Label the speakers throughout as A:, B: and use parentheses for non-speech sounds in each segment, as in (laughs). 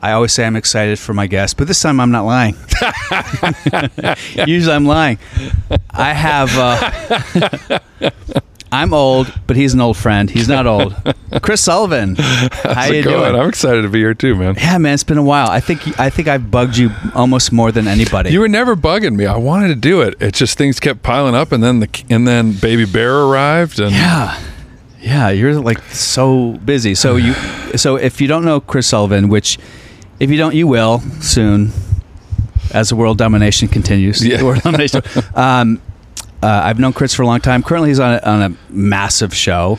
A: I always say I'm excited for my guests, but this time I'm not
B: (laughs)
A: lying. Usually I'm lying. I have. Uh, I'm old, but he's an old friend. He's not old. Chris Sullivan, how
B: How's
A: you
B: it going?
A: doing?
B: I'm excited to be here too, man.
A: yeah, man, it's been a while. I think I think I've bugged you almost more than anybody.
B: You were never bugging me. I wanted to do it. It just things kept piling up, and then the and then Baby Bear arrived, and
A: Yeah. Yeah, you're like so busy. So
B: (sighs)
A: you so if you don't know Chris Sullivan, which if you don't you will soon as the world domination continues. (laughs)
B: Yeah.
A: The world domination. um uh, I've known Chris for a long time. Currently he's on a, on a massive show.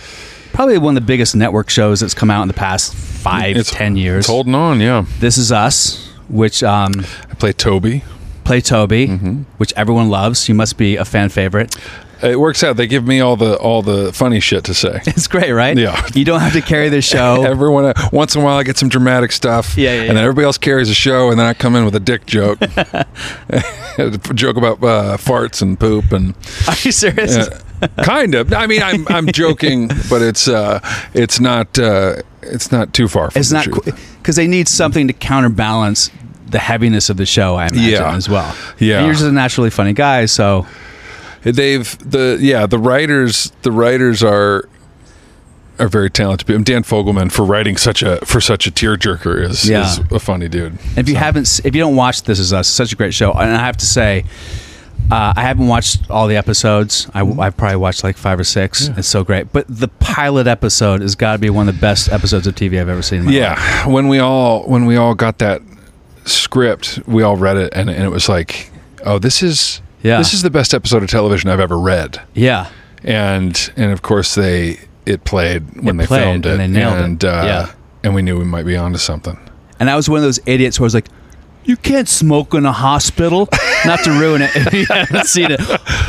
A: Probably one of the biggest network shows that's come out in the past five, ten
B: It's-
A: years.
B: it's holding on. Yeah,
A: This is us, which um,
B: I play Toby.
A: play Toby,
B: Mm-hmm.
A: which everyone loves. You must be a fan favorite. (laughs)
B: It works out. They give me all the all the funny shit
A: (laughs)
B: to say.
A: It's great, right?
B: Yeah.
A: You don't have to carry
B: (laughs)
A: the show.
B: Everyone, uh, once in a while, I get some dramatic stuff.
A: Yeah, yeah,
B: And then
A: yeah.
B: everybody else carries a show, and then I come in with a
A: (laughs)
B: dick joke, (laughs) a joke about uh, farts and poop, and
A: Are you serious?
B: Uh, kind of. I mean, I'm I'm joking, but it's uh, it's not uh, it's not too far. From
A: It's
B: the
A: not
B: truth.
A: because they need something to counterbalance the heaviness of the show. I imagine
B: Yeah.
A: as well.
B: Yeah.
A: And you're just a naturally funny guy, so
B: They've the yeah the writers the writers are are very talented. people. Dan Fogelman for writing such a for such a tearjerker is
A: Yeah.
B: is a funny dude.
A: if you haven't, s- if you don't watch This Is Us, it's such a great show. And I have to say, uh, I haven't watched all the episodes. I,
B: Mm-hmm.
A: have probably watched like five or six. It's so great. But the pilot episode has got to be one of the best episodes of TV I've ever seen. In my life.
B: Yeah, when we all when we all got that script, we all read it, and, and it was like, oh, this is
A: Yeah.
B: this is the best episode of television I've ever read.
A: yeah.
B: and and of course they it played when
A: It
B: they
A: played,
B: filmed
A: and
B: it
A: they nailed it.
B: and, Uh,
A: Yeah.
B: and we knew we might be onto something
A: And I was one of those idiots where I was like, you can't smoke in a hospital. Not to ruin it (laughs) if you haven't seen
B: (laughs)
A: it.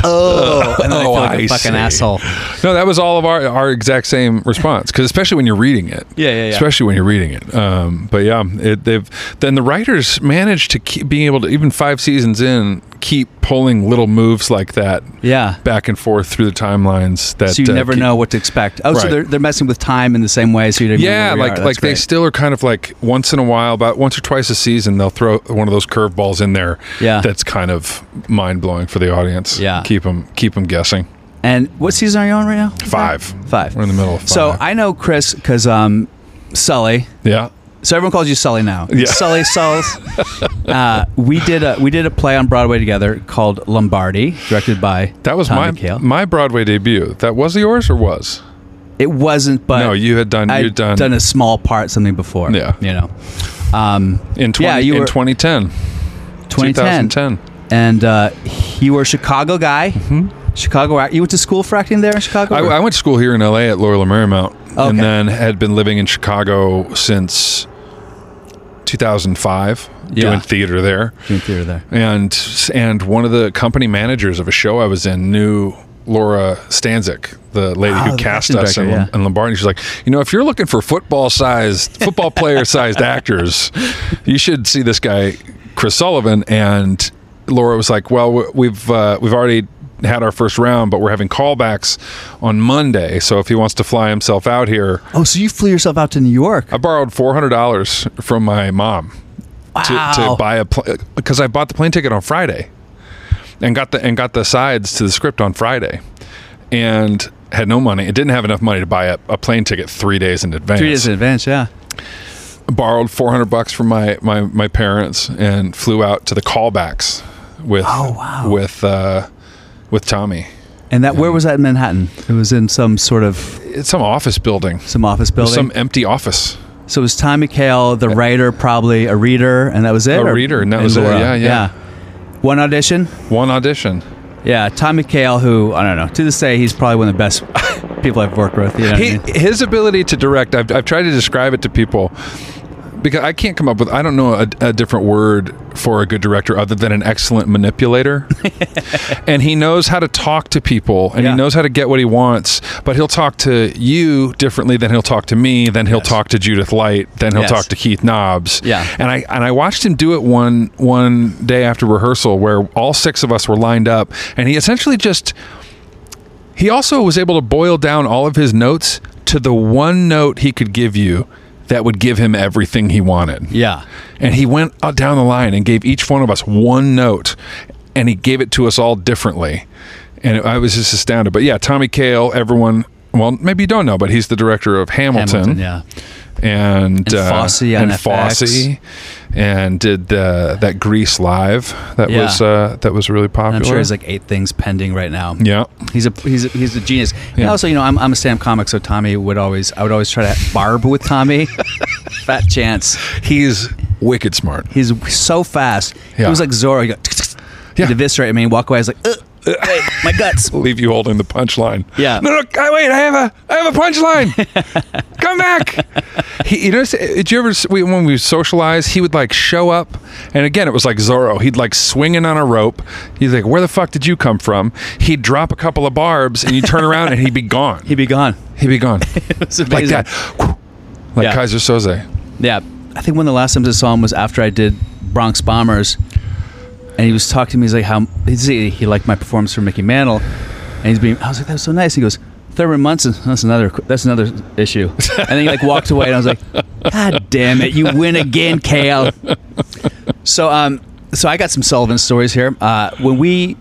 A: Oh, and then I feel
B: Oh,
A: like
B: I
A: a fucking
B: see.
A: asshole.
B: no that was all of our our exact same response because especially when you're reading it
A: Yeah, yeah, yeah.
B: especially when you're reading it um but yeah it, they've then the writers managed to keep being able to even five seasons in keep pulling little moves like that
A: Yeah.
B: back and forth through the timelines that
A: so you
B: uh,
A: never
B: keep-
A: know what to expect. Oh, so
B: Right.
A: they're, they're messing with time in the same way. So you don't even know
B: yeah,
A: where we
B: like
A: are. That's
B: like they
A: great.
B: still are kind of like once in a while, about once or twice a season, they'll throw one of those curveballs in there.
A: Yeah.
B: that's kind of mind blowing for the audience.
A: Yeah.
B: keep them guessing.
A: And what season are you on right now?
B: Five,
A: Five.
B: We're in the middle of five.
A: So I know Chris because um, Sully.
B: yeah,
A: So everyone calls you Sully now.
B: Yeah.
A: Sully
B: (laughs)
A: Sulls. uh, we did a we did a play on Broadway together called Lombardi, directed by
B: that was
A: Tom
B: my
A: McHale.
B: my Broadway debut. That was yours or was?
A: It wasn't, but
B: no, you had done.
A: I'd
B: You'd done,
A: a small part something before.
B: Yeah.
A: you know, um,
B: in twenty
A: yeah, you
B: in
A: were-
B: 2010,
A: 2010,
B: 2010.
A: and uh, you were a Chicago guy. Chicago, act- you went to school for acting there in Chicago.
B: Mm-hmm. I,
A: or-
B: I went to school here in L.A. at Loyola Marymount,
A: Okay.
B: and then had been living in Chicago since 2005,
A: Yeah.
B: doing theater there.
A: Doing theater there.
B: and and one of the company managers of a show I was in knew Laura Stanzik, the lady
A: Wow,
B: who
A: Ah, the
B: cast
A: casting
B: us in,
A: director,
B: Lom-
A: yeah.
B: in Lombardi. She's like, you know, if you're looking for football sized, football
A: (laughs)
B: player sized actors, you should see this guy, Chris Sullivan. And Laura was like, well, w- we've uh, we've already had our first round, but we're having callbacks on Monday. So if he wants to fly himself out here,
A: Oh, so you flew yourself out to New York?
B: I borrowed four hundred dollars from my mom to,
A: Wow.
B: to buy a because I bought the plane ticket on Friday and got the and got the sides to the script on Friday and had no money. It didn't have enough money to buy a, a plane ticket three days in advance.
A: Three days in advance, yeah.
B: Borrowed four hundred bucks from my, my my parents and flew out to the callbacks with
A: Oh, wow.
B: with uh, with Tommy.
A: And that where was that in Manhattan? It was in some sort of
B: It's some office building,
A: some office building.
B: some empty office.
A: so it was Tom McHale, the writer, probably a reader, and that was it.
B: A reader, and that was it,
A: Laura?
B: yeah, yeah.
A: One audition.
B: One audition.
A: Yeah, Tom McHale, who I don't know. To this day, he's probably one of the best (laughs) people I've worked with. You know what I
B: he,
A: mean?
B: his ability to direct I've, I've tried to describe it to people because I can't come up with I don't know a, a different word for a good director other than an
A: (laughs)
B: excellent manipulator. and he knows how to talk to people and
A: Yeah.
B: he knows how to get what he wants, but he'll talk to you differently than he'll talk to me, then he'll talk to Judith Light, then he'll
A: Yes.
B: talk to Keith Knobs.
A: Yeah.
B: And I and I watched him do it one one day after rehearsal where all six of us were lined up and he essentially just he also was able to boil down all of his notes to the one note he could give you that would give him everything he wanted.
A: Yeah.
B: And he went out down the line and gave each one of us one note, and he gave it to us all differently. And I was just astounded. But yeah, Tommy Kail, everyone. Well, maybe you don't know, but he's the director of
A: Hamilton,
B: Hamilton,
A: yeah.
B: and and,
A: And Fosse on
B: and
A: FX.
B: Fosse, and did uh, that Grease live that
A: Yeah.
B: was uh, that was really popular.
A: I'm sure he's like eight things pending right now.
B: yeah,
A: He's a he's a, he's a genius. And
B: Yeah.
A: also, you know, I'm, I'm a stand-up comic, so Tommy would always I would always try to barb with
B: (laughs)
A: Tommy. Fat chance.
B: he's wicked smart.
A: He's so fast. He
B: Yeah.
A: was like Zorro. He go,
B: Yeah.
A: he'd eviscerate me and walk away. I was like, "Ugh, wait, my
B: (laughs)
A: guts.
B: leave you holding the punchline.
A: Yeah.
B: No, no, I- wait. I have a, I have a punchline.
A: (laughs)
B: Come back. He, you know, did you ever s- we- when we socialize, he would like show up, and again, it was like Zorro. He'd like swinging on a rope. He's like, "Where the fuck did you come from?" He'd drop a couple of barbs, and you turn around, and he'd be gone.
A: He'd be gone.
B: He'd
A: (laughs)
B: be gone
A: It's amazing.
B: like that, like
A: Yeah.
B: Kaiser Soze.
A: Yeah, I think one of the last times I saw him was after I did Bronx Bombers, and he was talking to me. He's like, "How he's, he liked my performance for Mickey Mantle," and he's being. I was like, "That was so nice." He goes, "Thurman Munson, that's another that's another issue," and then he like walked away, and I was like, "God damn it, you win again, Kale." So um, so I got some Sullivan stories here. Uh, when we.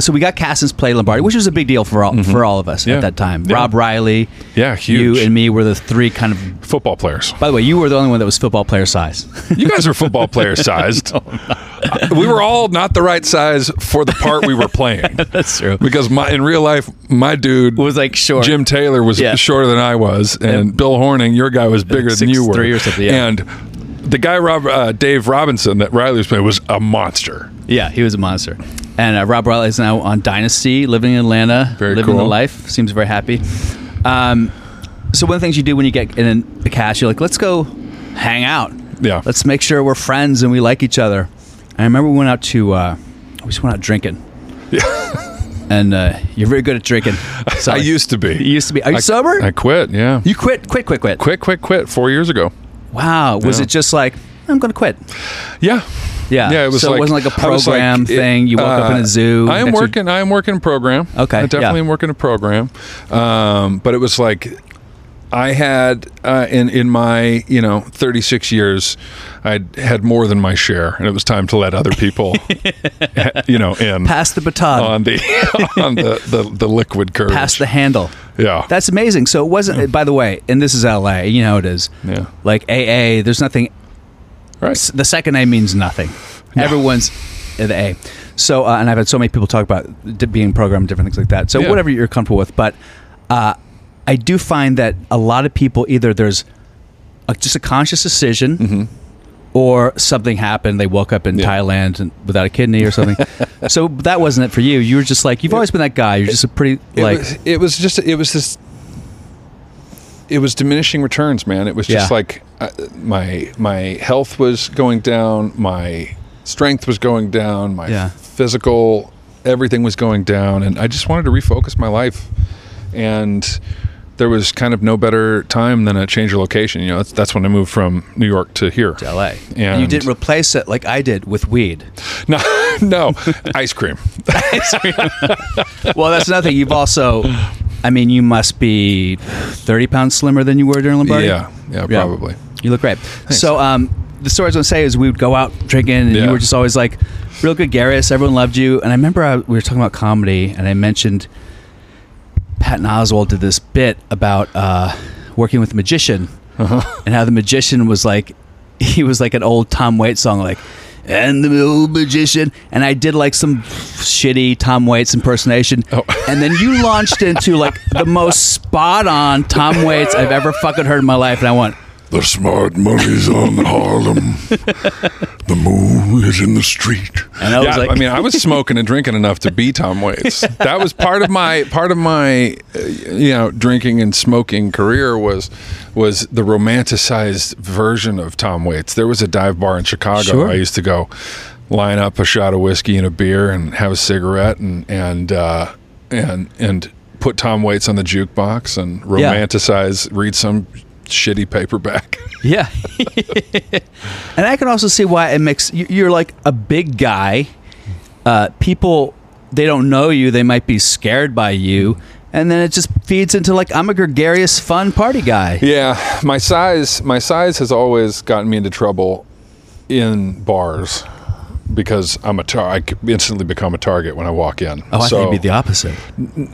A: So we got Cassin's play Lombardi, which was a big deal for all for all of us
B: Mm-hmm. Yeah.
A: at that time.
B: Yeah.
A: Rob Riley,
B: Yeah, huge.
A: you and me were the three kind of
B: Football players.
A: by the way, you were the only one that was football player
B: (laughs)
A: size.
B: You guys are football
A: (laughs)
B: player sized. we were all not the right size for the part we were playing.
A: (laughs) That's true.
B: because my in real life my dude
A: Was like short.
B: Jim Taylor was
A: Yeah.
B: shorter than I was, and, Bill Horning, your guy, was bigger than you were,
A: 6'3" or something, yeah.
B: And the guy Rob uh, Dave Robinson that Riley was playing was a monster.
A: Yeah, he was a monster. And uh, Rob Riley is now on Dynasty, living in Atlanta,
B: Very
A: living the
B: cool.
A: life. Seems very happy. Um, so one of the things you do when you get in a cast, you're like, let's go hang out.
B: Yeah.
A: Let's make sure we're friends and we like each other. I remember we went out to, uh, we just went out
B: (laughs)
A: drinking. Yeah. and uh, you're very good at drinking. So
B: I used to be.
A: You used to be. Are you
B: I,
A: sober?
B: I quit. Yeah,
A: you quit, quit, quit, quit.
B: quit, quit, quit. Four years ago.
A: Wow. Was
B: Yeah.
A: it just like, I'm going to quit?
B: Yeah.
A: Yeah.
B: Yeah, it was
A: so
B: like,
A: it wasn't like a
B: I was like,
A: program
B: it-
A: thing. You woke up in
B: uh,
A: a zoo.
B: I am
A: next to-
B: working. I am working a program.
A: Okay,
B: I definitely
A: yeah.
B: am working a program. Um, but it was like I had uh, in in my you know 36 years, I had more than my share, and it was time to let
A: (laughs)
B: other people, you know, in
A: Pass the baton.
B: on the (laughs) on the, the the liquid courage.
A: Pass the handle.
B: yeah.
A: That's amazing. So it wasn't. By the way, and this is L.A. You know how it is.
B: Yeah.
A: Like AA, there's nothing.
B: right.
A: The second A means nothing. Everyone's the A. So uh, and I've had so many people talk about d- being programmed, different things like that. So
B: Yeah.
A: whatever you're comfortable with, but uh, I do find that a lot of people either there's a, just a conscious decision. Or something happened. They woke up in
B: Mm-hmm. Yeah.
A: Thailand and without a kidney or
B: (laughs)
A: something. so that wasn't it for you. You were just like you've always been that guy. You're just a pretty
B: It
A: like
B: was, it was just it was this it was diminishing returns man it was just
A: Yeah.
B: like uh, my my health was going down my strength was going down my
A: Yeah.
B: physical everything was going down and i just wanted to refocus my life and there was kind of no better time than a change of location you know that's, that's when i moved from new york to here
A: to LA. And,
B: and
A: you didn't replace it like I did with weed.
B: (laughs) no no ice cream
A: well, that's another thing. You've also, I mean, you must be 30 pounds slimmer than you were during Lombardi.
B: yeah yeah probably
A: You look great. So, um, the story I was going to say is we would go out drinking and you
B: Yeah.
A: were just always like, real good Garrus. Everyone loved you. And I remember I, we were talking about comedy and I mentioned Patton Oswald did this bit about uh, working with a magician and how the magician was like, (laughs) he was like an old Tom Waits song, like, and the old magician. And I did like some shitty Tom Waits impersonation. And then you launched into like the most spot on Tom Waits I've ever fucking heard in my life. And I went,
C: The smart money's on Harlem. the moon is in the street.
A: And I was
B: yeah,
A: like,
B: I
A: (laughs)
B: mean, I was smoking and drinking enough to be Tom Waits. That was part of my part of my, uh, you know, drinking and smoking career was was the romanticized version of Tom Waits. There was a dive bar in Chicago
A: Sure.
B: I used to go, line up a shot of whiskey and a beer and have a cigarette and and uh, and and put Tom Waits on the jukebox and
A: Yeah.
B: romanticize, read some shitty paperback. (laughs)
A: Yeah. (laughs) and I can also see why it makes you- you're like a big guy. Uh, people they don't know you, they might be scared by you, and then it just feeds into like I'm a gregarious, fun party guy.
B: Yeah, my size my size has always gotten me into trouble in bars because I'm a tar- I could instantly become a target when I walk in.
A: (laughs) Oh, I
B: so,
A: think it'd be the opposite.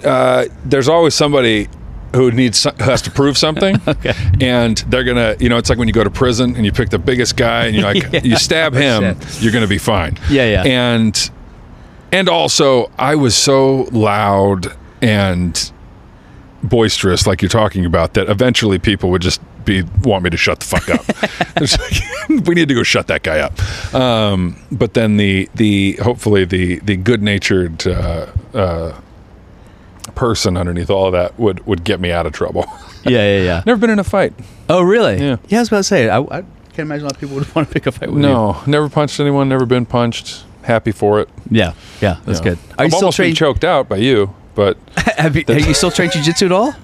B: uh, there's always somebody who needs who has to prove
A: (laughs)
B: something and they're gonna you know it's like when you go to prison and you pick the biggest guy
A: (laughs)
B: and you're like you stab him you're gonna be fine
A: Oh, Yeah, yeah.
B: and and also i was so loud and boisterous like you're talking about that eventually people would just be want me to shut the fuck up
A: (laughs)
B: It's like, (laughs) we need to go shut that guy up um, but then the the hopefully the the good-natured uh, uh, person underneath all of that would would get me out of trouble
A: (laughs)
B: (laughs)
A: Yeah, yeah, yeah.
B: never been in a fight
A: Oh, really?
B: Yeah.
A: Yeah, I was about to say. I, I can't imagine why people would (laughs) want to pick a fight with you.
B: no never punched anyone never been punched happy for it
A: Yeah, yeah, that's
B: Yeah.
A: good. Are you
B: I've
A: still
B: almost been
A: trained?
B: choked out by you but
A: (laughs) have, you, have you still trained jujitsu at all?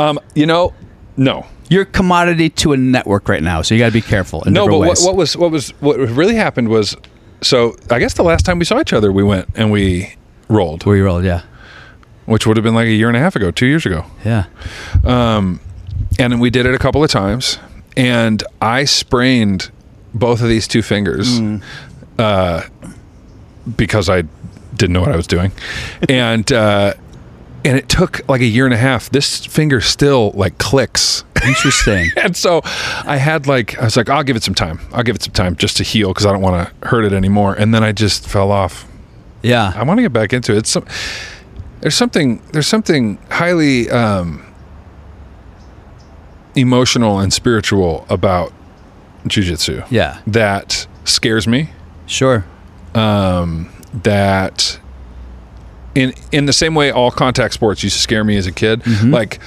B: um, you know no
A: You're a commodity to a network right now, so you got to be careful. In
B: no, but
A: different
B: what,
A: ways.
B: what was what was what really happened was, so I guess the last time we saw each other, we went and we rolled,
A: Where you old? Yeah,
B: which would have been like a year and a half ago, two years ago,
A: yeah.
B: and then we did it a couple of times, and I sprained both of these two fingers uh, because I didn't know what I was doing, and. Uh, and it took like a year and a half. This finger still like clicks (laughs)
A: Interesting.
B: and so I had like I was like I'll give it some time. I'll give it some time just to heal because I don't want to hurt it anymore. And then I just fell off.
A: Yeah.
B: I want to get back into it. It's some, there's something there's something highly um, emotional and spiritual about jujitsu.
A: Yeah.
B: that scares me.
A: Sure.
B: That in in the same way all contact sports used to scare me as a kid. Like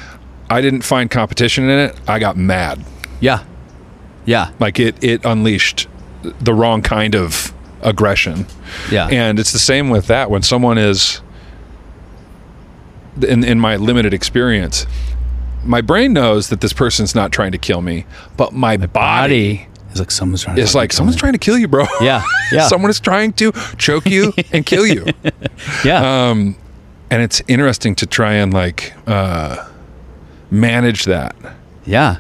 B: I didn't find competition in it. I got mad.
A: Yeah. Yeah.
B: like it it unleashed the wrong kind of aggression
A: Yeah.
B: and it's the same with that when someone is in in my limited experience my brain knows that this person's not trying to kill me but my, body,
A: body is like someone's trying.
B: is like someone's trying to kill you bro (laughs)
A: (laughs) Yeah. Yeah.
B: someone is trying to
A: (laughs)
B: choke you and kill you
A: Yeah.
B: and it's interesting to try and like uh manage that
A: yeah.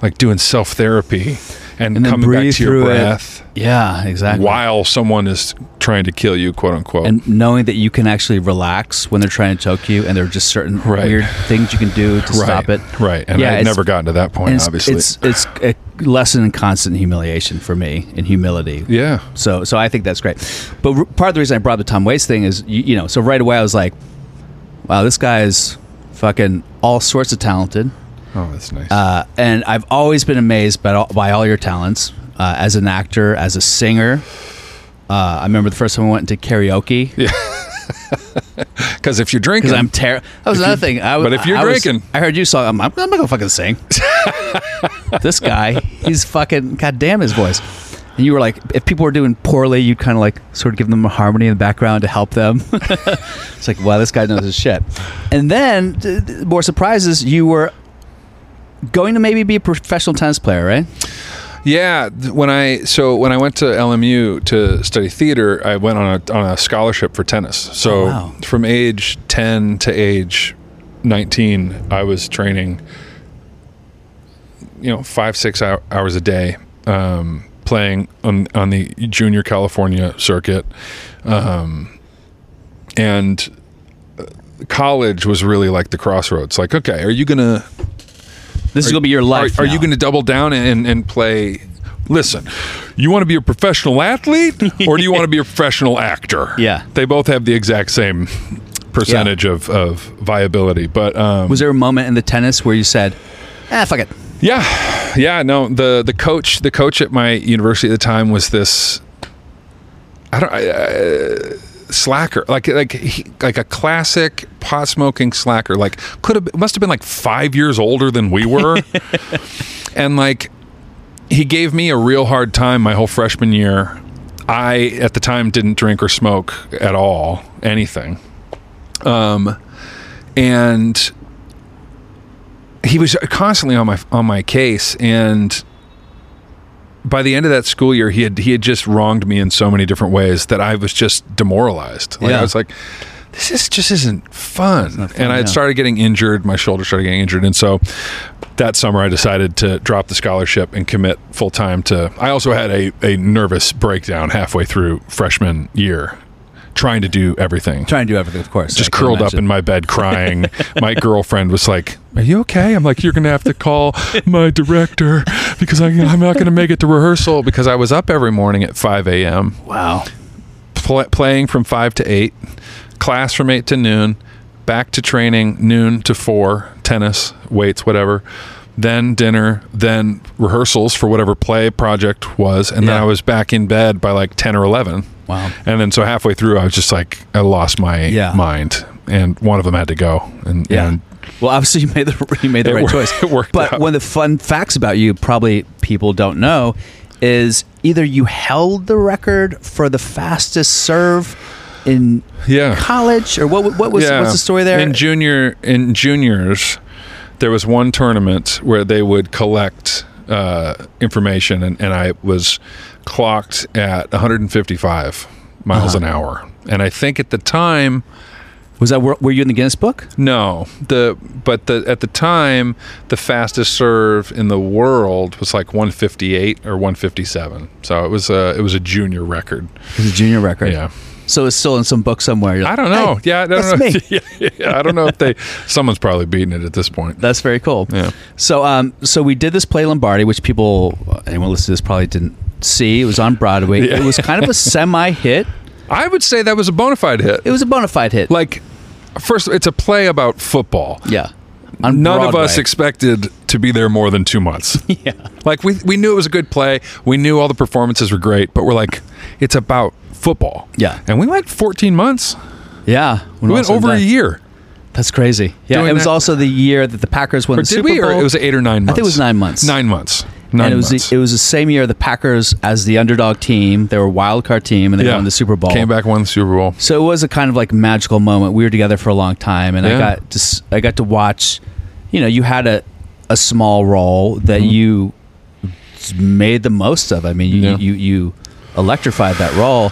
B: like doing self therapy and,
A: And then
B: coming back
A: breathe
B: to your
A: through it.
B: breath
A: Yeah. Exactly.
B: while someone is trying to kill you, quote unquote.
A: And knowing that you can actually relax when they're trying to choke you, and there are just certain
B: Right.
A: weird things you can do to
B: right,
A: stop it.
B: Right. And
A: Yeah,
B: I've
A: it's-
B: never gotten to that point,
A: And it's,
B: obviously.
A: it's it's a lesson in constant humiliation for me in humility.
B: yeah.
A: So so I think that's great. But r- part of the reason I brought up the Tom Waits thing is you, you know so right away I was like, wow, this guy is fucking all sorts of talented.
B: Oh, that's nice.
A: Uh, and I've always been amazed by all, by all your talents uh, as an actor, as a singer. Uh, I remember the first time I went into karaoke
B: Because if you're
A: because
B: drinking,
A: I'm terrible. That was another thing. I, w-
B: but if you're
A: I was-
B: drinking-
A: I heard you song. I'm, I'm not gonna fucking
B: (laughs)
A: sing. this guy, he's fucking. God damn his voice. And you were like, if people were doing poorly, you'd kind of like sort of give them a harmony in the background to help them. (laughs) it's like, wow, this guy knows his shit. And then, th- th- more surprises, you were going to maybe be a professional tennis player, right?
B: yeah. th- When I so when I went to LMU to study theater, I went on a on a scholarship for tennis. So
A: Oh, wow.
B: from age ten to age nineteen, I was training. You know, five six hou- hours a day, um, playing on on the junior California circuit. um, and uh, college was really like the crossroads like okay are you gonna
A: This is gonna be your life.
B: are, are you
A: now.
B: gonna double down and and play listen you want to be a
A: (laughs)
B: professional athlete or do you want to be a professional actor
A: Yeah.
B: they both have the exact same percentage of, of viability but um
A: Was there a moment in the tennis where you said, "Ah, fuck it,
B: Yeah, yeah. No, the the coach, the coach at my university at the time was this. I don't I, uh, slacker, like like he, like a classic pot smoking slacker. Like could have must have been like five years older than we were,
A: (laughs)
B: and like he gave me a real hard time my whole freshman year. I at the time didn't drink or smoke at all, anything. Um, and he was constantly on my on my case and by the end of that school year he had he had just wronged me in so many different ways that I was just demoralized. Like
A: Yeah.
B: I was like this is, just isn't fun.
A: fun,
B: and
A: yeah.
B: I had started getting injured, my shoulder started getting injured and so that summer I decided to drop the scholarship and commit full time to I also had a a nervous breakdown halfway through freshman year trying to do everything
A: Trying to do everything, of course.
B: just curled up in my bed crying. my girlfriend was like, "Are you okay?" I'm like, "You're gonna have to call my director because I, I'm not gonna make it to rehearsal because I was up every morning at 5 a.m.
A: Wow.
B: Pl- playing from five to eight, class from eight to noon, back to training noon to four, tennis, weights, whatever. Then dinner, then rehearsals for whatever play project was, and then
A: Yeah.
B: I was back in bed by like ten or eleven.
A: Wow.
B: And then so halfway through, I was just like, I lost my
A: Yeah.
B: mind, and one of them had to go, and
A: Yeah.
B: and
A: well, obviously (laughs) you made the you made the
B: It
A: right
B: wor-
A: choice.
B: it worked
A: But
B: out.
A: one of the fun facts about you, probably people don't know, is either you held the record for the fastest serve in
B: Yeah.
A: college, or what? What was
B: yeah.
A: what's the story there?
B: In junior, in juniors, there was one tournament where they would collect uh, information, and, and I was clocked at 155 miles
A: Uh-huh.
B: an hour, and I think at the time.
A: was that were, were you in the Guinness Book?
B: No, the but the at the time the fastest serve in the world was like 158 or 157. So it was a it was a junior record.
A: It was a junior record.
B: Yeah.
A: So it's still in some book somewhere. You're
B: I
A: like,
B: don't know.
A: "Hey,
B: yeah, I don't
A: that's
B: know. (laughs)
A: me. (laughs)
B: Yeah, yeah, I don't know if they someone's probably beating it at this point.
A: That's very cool.
B: Yeah.
A: So, um, so we did this play Lombardi, which people, anyone listening to this probably didn't see. It was on Broadway.
B: (laughs) Yeah.
A: It was kind of a semi-hit.
B: I would say that was a bona fide hit.
A: It was a bona fide hit.
B: Like first it's a play about football.
A: yeah. On
B: None of us
A: Broadway.
B: expected to be there more than 2 months.
A: (laughs)
B: yeah. Like we we knew it was a good play. We knew all the performances were great, but we're like it's about football.
A: Yeah.
B: And we went 14 months.
A: yeah. When
B: We
A: all
B: went
A: said
B: over
A: and
B: a
A: done.
B: year.
A: That's crazy. Yeah.
B: Doing
A: It was
B: that-
A: also the year that the Packers won
B: Or
A: the
B: did
A: Super
B: we?
A: Bowl.
B: Or it was eight or nine months.
A: I think it was nine months.
B: Nine months. Nine
A: and it was
B: months.
A: the, it was the same year the Packers as the underdog team. They were a wild card team and they won the Super Bowl.
B: Came back, won the Super Bowl.
A: So it was a kind of like magical moment. We were together for a long time, and I
B: Yeah.
A: got to s- I got to watch. You know, you had a a small role that you s- made the most of. I mean, you
B: Mm-hmm. Yeah.
A: you, you electrified that role,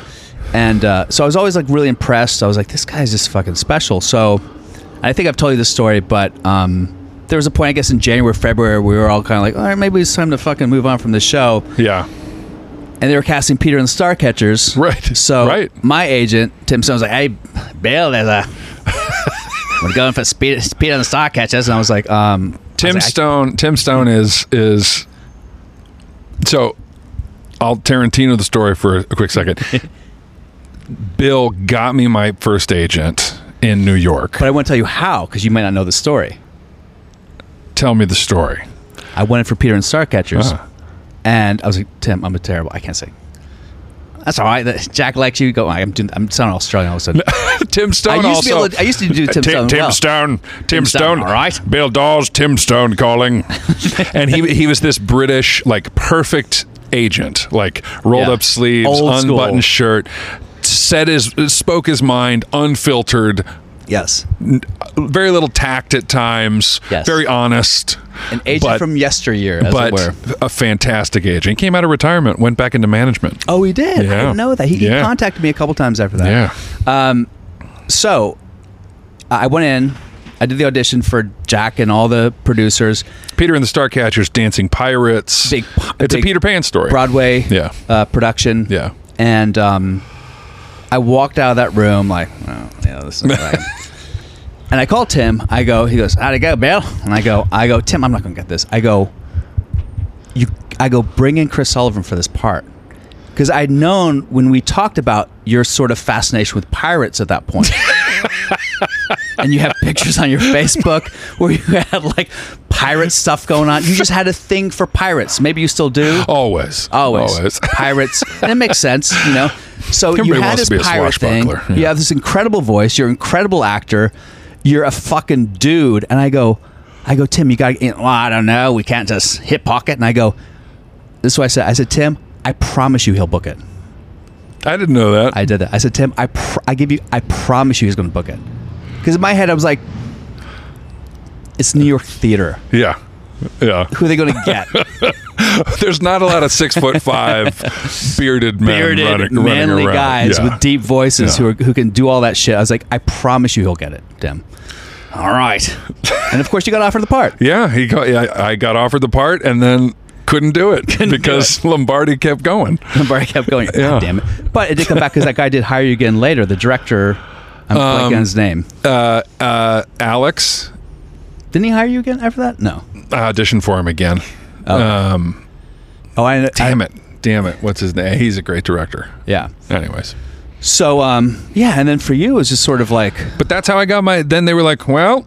A: and uh, so I was always like really impressed. I was like, this guy's just fucking special. So I think I've told you this story, but. Um, there was a point, I guess, in January, February, we were all kind of like, all right, maybe it's time to fucking move on from the show
B: Yeah.
A: and they were casting Peter and the Starcatchers.
B: Right,
A: So
B: right.
A: my agent, Tim Stone, was like, hey, Bill, there's a. We're going for speed, Peter and the Starcatchers. And I was like, um. I was
B: Tim
A: like, I-
B: Stone. Tim Stone is is. So, I'll Tarantino the story for a quick
A: (laughs)
B: second. Bill got me my first agent in New York.
A: but I won't tell you how, because you might not know the story.
B: Tell me
A: (laughs)
B: the story.
A: I went in for Peter and Starcatchers.
B: Uh-huh.
A: And I was like, Tim, I'm a terrible. I can't sing. That's all right. that- Jack likes you. Go. I'm doing. I'm sounding Australian all of a
B: (laughs)
A: sudden.
B: Tim
A: I
B: Stone
A: used to be
B: also.
A: able to, I used to (laughs) do Tim, Stone. well.
B: Stone, Tim, Stone,
A: Stone, all right.
B: Bill Dawes, Tim Stone calling, and he he was this British like perfect agent, like rolled
A: Yeah.
B: up sleeves,
A: Old school.
B: unbuttoned shirt, said his spoke his mind, unfiltered,
A: Yes.
B: very little tact at times,
A: Yes.
B: very honest,
A: An agent
B: But-
A: from yesteryear, as it
B: but
A: were.
B: a fantastic agent. He came out of retirement, went back into management.
A: Oh, he did. I
B: Yeah.
A: didn't know that. He, he
B: Yeah.
A: contacted me a couple times after that.
B: Yeah,
A: So I I went in, I did the audition for Jack and all the producers,
B: Peter and the Starcatchers, Dancing Pirates.
A: Big pi-
B: it's
A: big
B: a Peter Pan story.
A: Broadway
B: Yeah.
A: uh, production.
B: Yeah.
A: And um, I walked out of that room like, oh, yeah, this is
B: (laughs)
A: right. And I called Tim. I go, he goes, how'd it go, Bill? And I go, I go, Tim, I'm not going to get this. I go, you, I go, bring in Chris Sullivan for this part.
B: (laughs)
A: Because I'd known when we talked about your sort of fascination with pirates at that point. and you have pictures on your Facebook where you had like pirate stuff going on. You just had a thing for pirates. Maybe you still do.
B: Always. (laughs)
A: Always. pirates. And it makes sense, you know. So you
B: Everybody
A: had
B: wants
A: this
B: to be a
A: pirate thing.
B: swashbuckler, yeah.
A: You have this incredible voice. You're an incredible actor. You're a fucking dude. And I go, I go, Tim, you got to, well, I don't know. We can't just hip pocket. And I go, this is what I said. I said, Tim, I promise you he'll book it.
B: I didn't know that.
A: I did that. I said, Tim, I, pr- I give you, I promise you he's going to book it. Because in my head, I was like, it's New York theater.
B: yeah. Yeah. (laughs)
A: Who are they going to get?
B: There's not a lot of six foot five
A: (laughs)
B: bearded men
A: Bearded,
B: running, running
A: manly
B: around.
A: guys
B: Yeah.
A: with deep voices
B: Yeah.
A: who, are, who can do all that shit. I was like, I promise you he'll get it, Tim. All right. and of course, you got offered the part.
B: Yeah, he got. Yeah, I got offered the part and then couldn't
A: (laughs)
B: do it because Lombardi kept going.
A: Barry kept going, God
B: Yeah.
A: damn it. But it did come back because that guy did hire you again later, the director. I'm blanking on his name.
B: Uh, uh, Alex
A: Didn't he hire you again after that? No.
B: auditioned for him again. Um,
A: Oh, I
B: damn
A: I-
B: it, damn it. What's his name? He's a great director.
A: Yeah.
B: Anyways,
A: So, um, yeah. And then for you, it was just sort of like
B: but that's how I got my. Then they were like, well.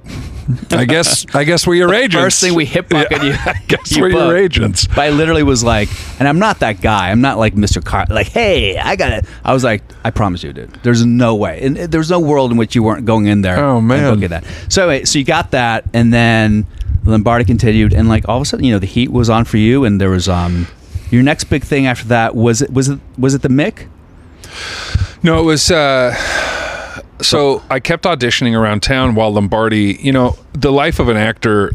B: I guess I guess we're your agents.
A: (laughs) first thing we hip pocket you.
B: I (laughs) guess
A: you
B: we're your
A: booked.
B: agents.
A: But I literally was like, and I'm not that guy. I'm not like Mr. Car. Like, hey, I got it. I was like, I promise you, dude. There's no way, and uh, there's no world in which you weren't going in there.
B: Oh, man.
A: look at that. So anyway, so you got that, and then Lombardi continued, and like all of a sudden, you know, the heat was on for you, and there was um, your next big thing after that was it was it was it the Mick?
B: No, it was. Uh, so I kept auditioning around town while Lombardi. You know, the life of an actor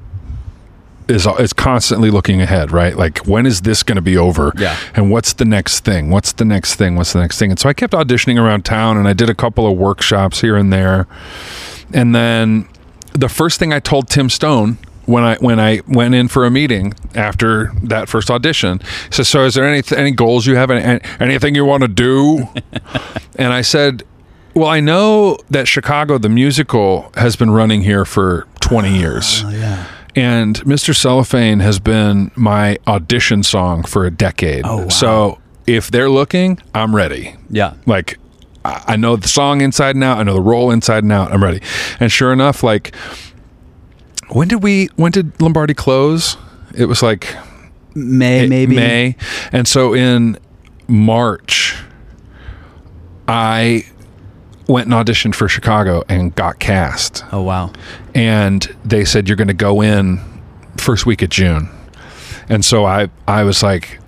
B: is is constantly looking ahead, right? Like, when is this going to be over?
A: Yeah.
B: And what's the next thing? What's the next thing? What's the next thing? And so I kept auditioning around town, and I did a couple of workshops here and there, and then the first thing I told Tim Stone when I when I went in for a meeting after that first audition, he says, "So, is there any any goals you have? Any, anything you want to do?" and I said, "Well, I know that Chicago the musical has been running here for 20
A: Ah,
B: years." And Mr. Cellophane has been my audition song for a decade. Oh,
A: wow.
B: So if they're looking, I'm ready
A: Yeah.
B: like I I know the song inside and out. I know the role inside and out. I'm ready. And sure enough, like when did we? When did Lombardi close? It was like
A: May maybe
B: May, and so in March, I went and auditioned for Chicago and got cast
A: Oh wow.
B: and they said you're going to go in first week of June. And so I I was like,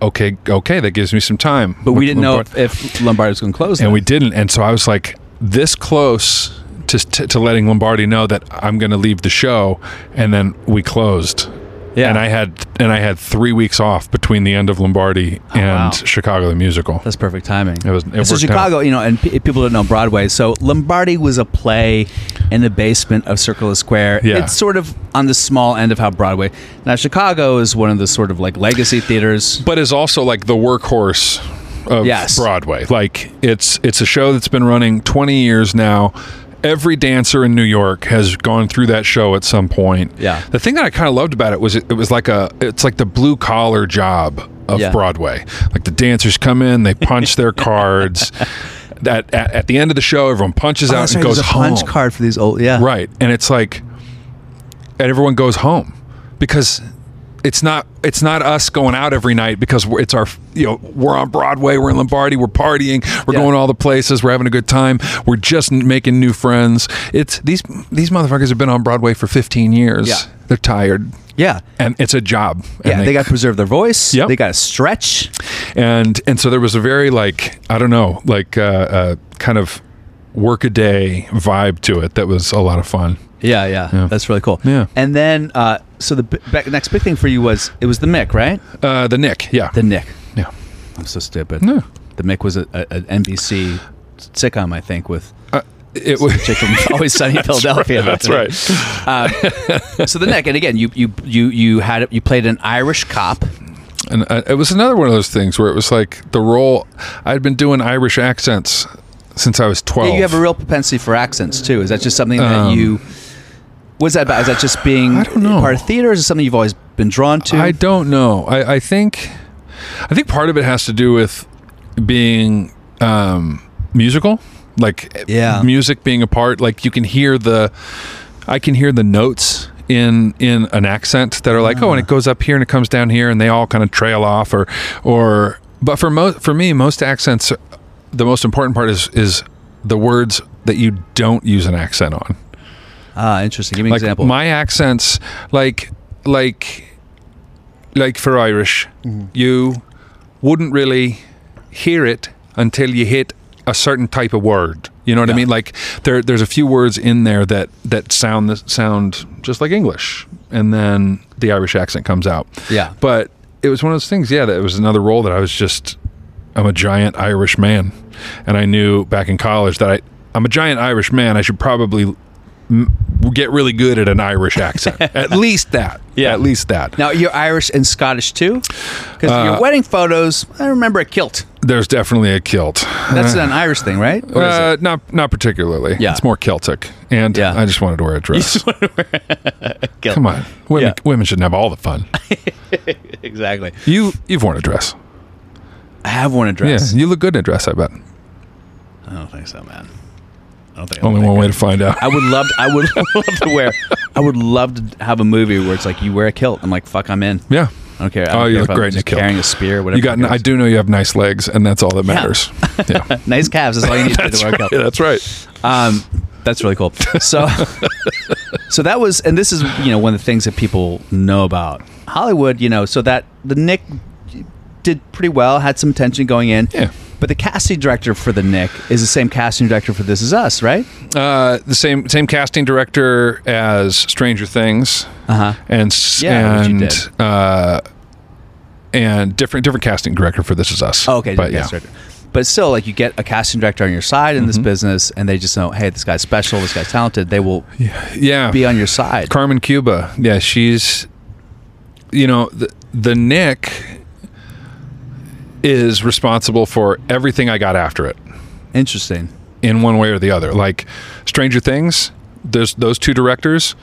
B: okay, okay, that gives me some time.
A: But we didn't know if, if Lombardi was going to close.
B: and
A: then.
B: we didn't. And so I was like this close to to, to letting Lombardi know that I'm going to leave the show, and then we closed.
A: yeah.
B: And I had and I had three weeks off between the end of Lombardi
A: Oh, wow.
B: and Chicago the musical.
A: That's perfect timing.
B: It was- it
A: so
B: worked
A: Chicago, you know, and p- people don't know Broadway. So Lombardi was a play in the basement of Circular Square.
B: Yeah.
A: It's sort of on the small end of how Broadway. Now Chicago is one of the sort of like legacy theaters.
B: but is also like the workhorse of
A: Yes.
B: Broadway. Like it's it's a show that's been running 20 years now. Every dancer in New York has gone through that show at some point.
A: Yeah.
B: The thing that I kind of loved about it was it, it was like a it's like the blue collar job of
A: Yeah.
B: Broadway. Like the dancers come in, they punch their
A: (laughs)
B: cards. That at, at the end of the show, everyone punches out
A: that's
B: and
A: right,
B: goes
A: there's a
B: home.
A: punch card for these old. Yeah.
B: Right. And it's like and everyone goes home because it's not it's not us going out every night because we're, it's our you know we're on Broadway we're in Lombardi we're partying we're
A: Yeah.
B: going to all the places we're having a good time we're just n- making new friends it's these these motherfuckers have been on Broadway for 15 years
A: Yeah.
B: they're tired
A: Yeah.
B: and it's a job and
A: Yeah. They, got to preserve their voice.
B: Yep.
A: They got to stretch.
B: and and so there was a very like I don't know like uh, uh, kind of workaday vibe to it that was a lot of fun
A: Yeah, yeah, That's really cool.
B: Yeah.
A: And then, uh, so the b- back, next big thing for you was it was the Mick, right?
B: uh, the Nick yeah
A: The Nick.
B: yeah
A: I'm so stupid.
B: No.
A: The Mick was a, a, an NBC sitcom, I think, with
B: Uh, it was
A: (laughs) chick from Always Sunny in Philadelphia.
B: (laughs) That's right.
A: So the neck, and again, you you you you had you played an Irish cop.
B: And uh, it was another one of those things where it was like the role I'd been doing Irish accents since I was 12.
A: Yeah, you have a real propensity for accents too. Is that just something that you? What's that about? Is that just being
B: Um, I don't know.
A: part of theater? or Is it something you've always been drawn to?
B: I don't know. I, I think I think part of it has to do with being um, musical. like
A: Yeah.
B: music being a part like you can hear the i can hear the notes in in an accent that are like oh and it goes up here and it comes down here and they all kind of trail off or or but for most for me most accents the most important part is is the words that you don't use an accent on
A: Ah, interesting. Give me an
B: like
A: example.
B: my accents like like like for irish you wouldn't really hear it until you hit a certain type of word you know what i mean like there there's a few words in there that that sound that sound just like english and then the irish accent comes out
A: Yeah.
B: but it was one of those things yeah that was another role that i was just i'm a giant irish man and i knew back in college that i i'm a giant irish man i should probably get really good at an Irish
A: (laughs)
B: accent. at least that.
A: Yeah.
B: At least that.
A: now you're Irish and Scottish too, because
B: Uh,
A: your wedding photos. I remember a kilt.
B: There's definitely a kilt.
A: That's an Irish thing, right? Or is
B: Uh, not not particularly.
A: Yeah.
B: It's more Celtic. And
A: Yeah.
B: I just wanted to
A: (laughs)
B: wear a dress.
A: kilt?
B: Come on. Women,
A: Yeah.
B: women shouldn't have all the fun.
A: exactly.
B: You you've worn a dress.
A: I have worn a
B: Yeah.
A: dress.
B: You look good in a dress, I bet.
A: I don't think so, man. I don't think. I
B: Only
A: look
B: one
A: that
B: way
A: good.
B: to find out.
A: I would love. To, I would (laughs) love to wear. I would love to have a movie where it's like you wear a kilt. I'm like, fuck, I'm in.
B: yeah.
A: I don't care. I
B: Oh,
A: don't
B: you
A: care
B: look
A: if I'm
B: great in a
A: just
B: kilt.
A: Carrying a spear, whatever.
B: You got
A: it
B: I
A: is.
B: do know you have nice legs and that's all
A: (laughs)
B: that matters. Yeah.
A: nice calves. That's all you need to do to wear a kilt.
B: Yeah, (laughs) that's right.
A: Um, that's really cool.
B: (laughs)
A: So, so that was, and this is you know one of the things that people know about Hollywood. You know, so that the Nick did pretty well, had some attention going in.
B: Yeah.
A: But the casting director for the Nick is the same casting director for This Is Us, right?
B: Uh, the same same casting director as Stranger Things.
A: Uh huh.
B: and s-
A: Yeah, which you
B: and
A: did.
B: uh, and different different casting director for This Is Us.
A: Oh, okay,
B: but yeah, Mm-hmm.
A: yes, right. But still, like you get a casting director on your side in this business, and they just know, hey, this guy's special, this guy's talented. They will
B: yeah.
A: be on your side.
B: Carmen Cuba, yeah, she's you know the, the Nick is responsible for everything I got after it
A: Interesting.
B: in one way or the other. Like Stranger Things, those those two directors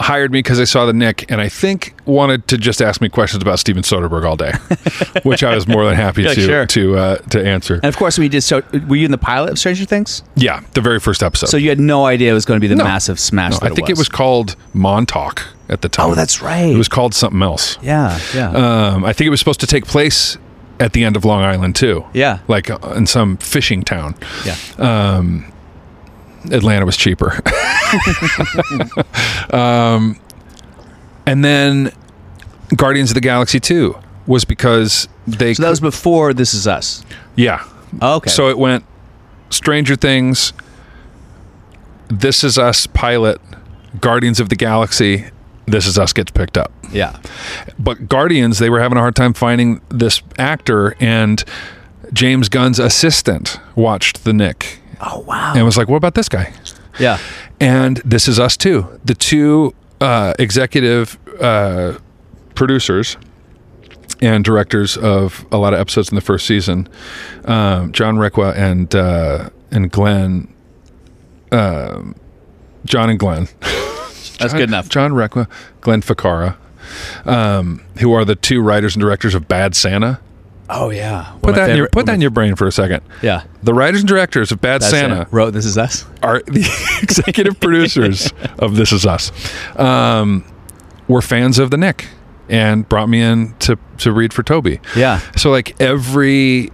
B: hired me because they saw the Nick, and I think wanted to just ask me questions about Steven Soderbergh
A: (laughs)
B: all day, which I was more than happy
A: Like,
B: to
A: sure.
B: to uh, to answer.
A: And of course, we did. So, were you in the pilot of Stranger Things?
B: Yeah, the very first episode.
A: So you had no idea it was going to be the
B: No.
A: massive smash.
B: No,
A: that
B: I think it was called Montauk at the time.
A: Oh, that's right.
B: It was called something else.
A: Yeah, yeah.
B: Um, I think it was supposed to take place at the end of Long Island too.
A: Yeah.
B: like uh, in some fishing town.
A: yeah.
B: Atlanta was cheaper. (laughs) um, and then Guardians of the Galaxy Two was because they
A: so that was before This Is Us.
B: yeah.
A: Okay.
B: So it went Stranger Things, This Is Us pilot, Guardians of the Galaxy, This Is Us gets picked up.
A: yeah.
B: but Guardians, they were having a hard time finding this actor, and James Gunn's assistant watched the Nick
A: Oh wow.
B: and was like, "What about this guy?"
A: Yeah.
B: And this is us too. The two uh, executive uh, producers and directors of a lot of episodes in the first season, um, John Requa and uh, and Glenn, um John and Glenn.
A: That's good enough.
B: John Requa, Glenn Ficarra, um, who are the two writers and directors of Bad Santa.
A: Oh yeah. One
B: Put
A: of my
B: that in your,
A: favorite-
B: put that
A: one
B: in
A: of
B: your brain for a second.
A: my- Yeah.
B: The writers and directors of Bad
A: That's
B: Santa
A: it. wrote This Is Us.
B: are the (laughs) executive producers of This Is Us. Um, were fans of the Nick and brought me in to to read for Toby.
A: Yeah.
B: So like every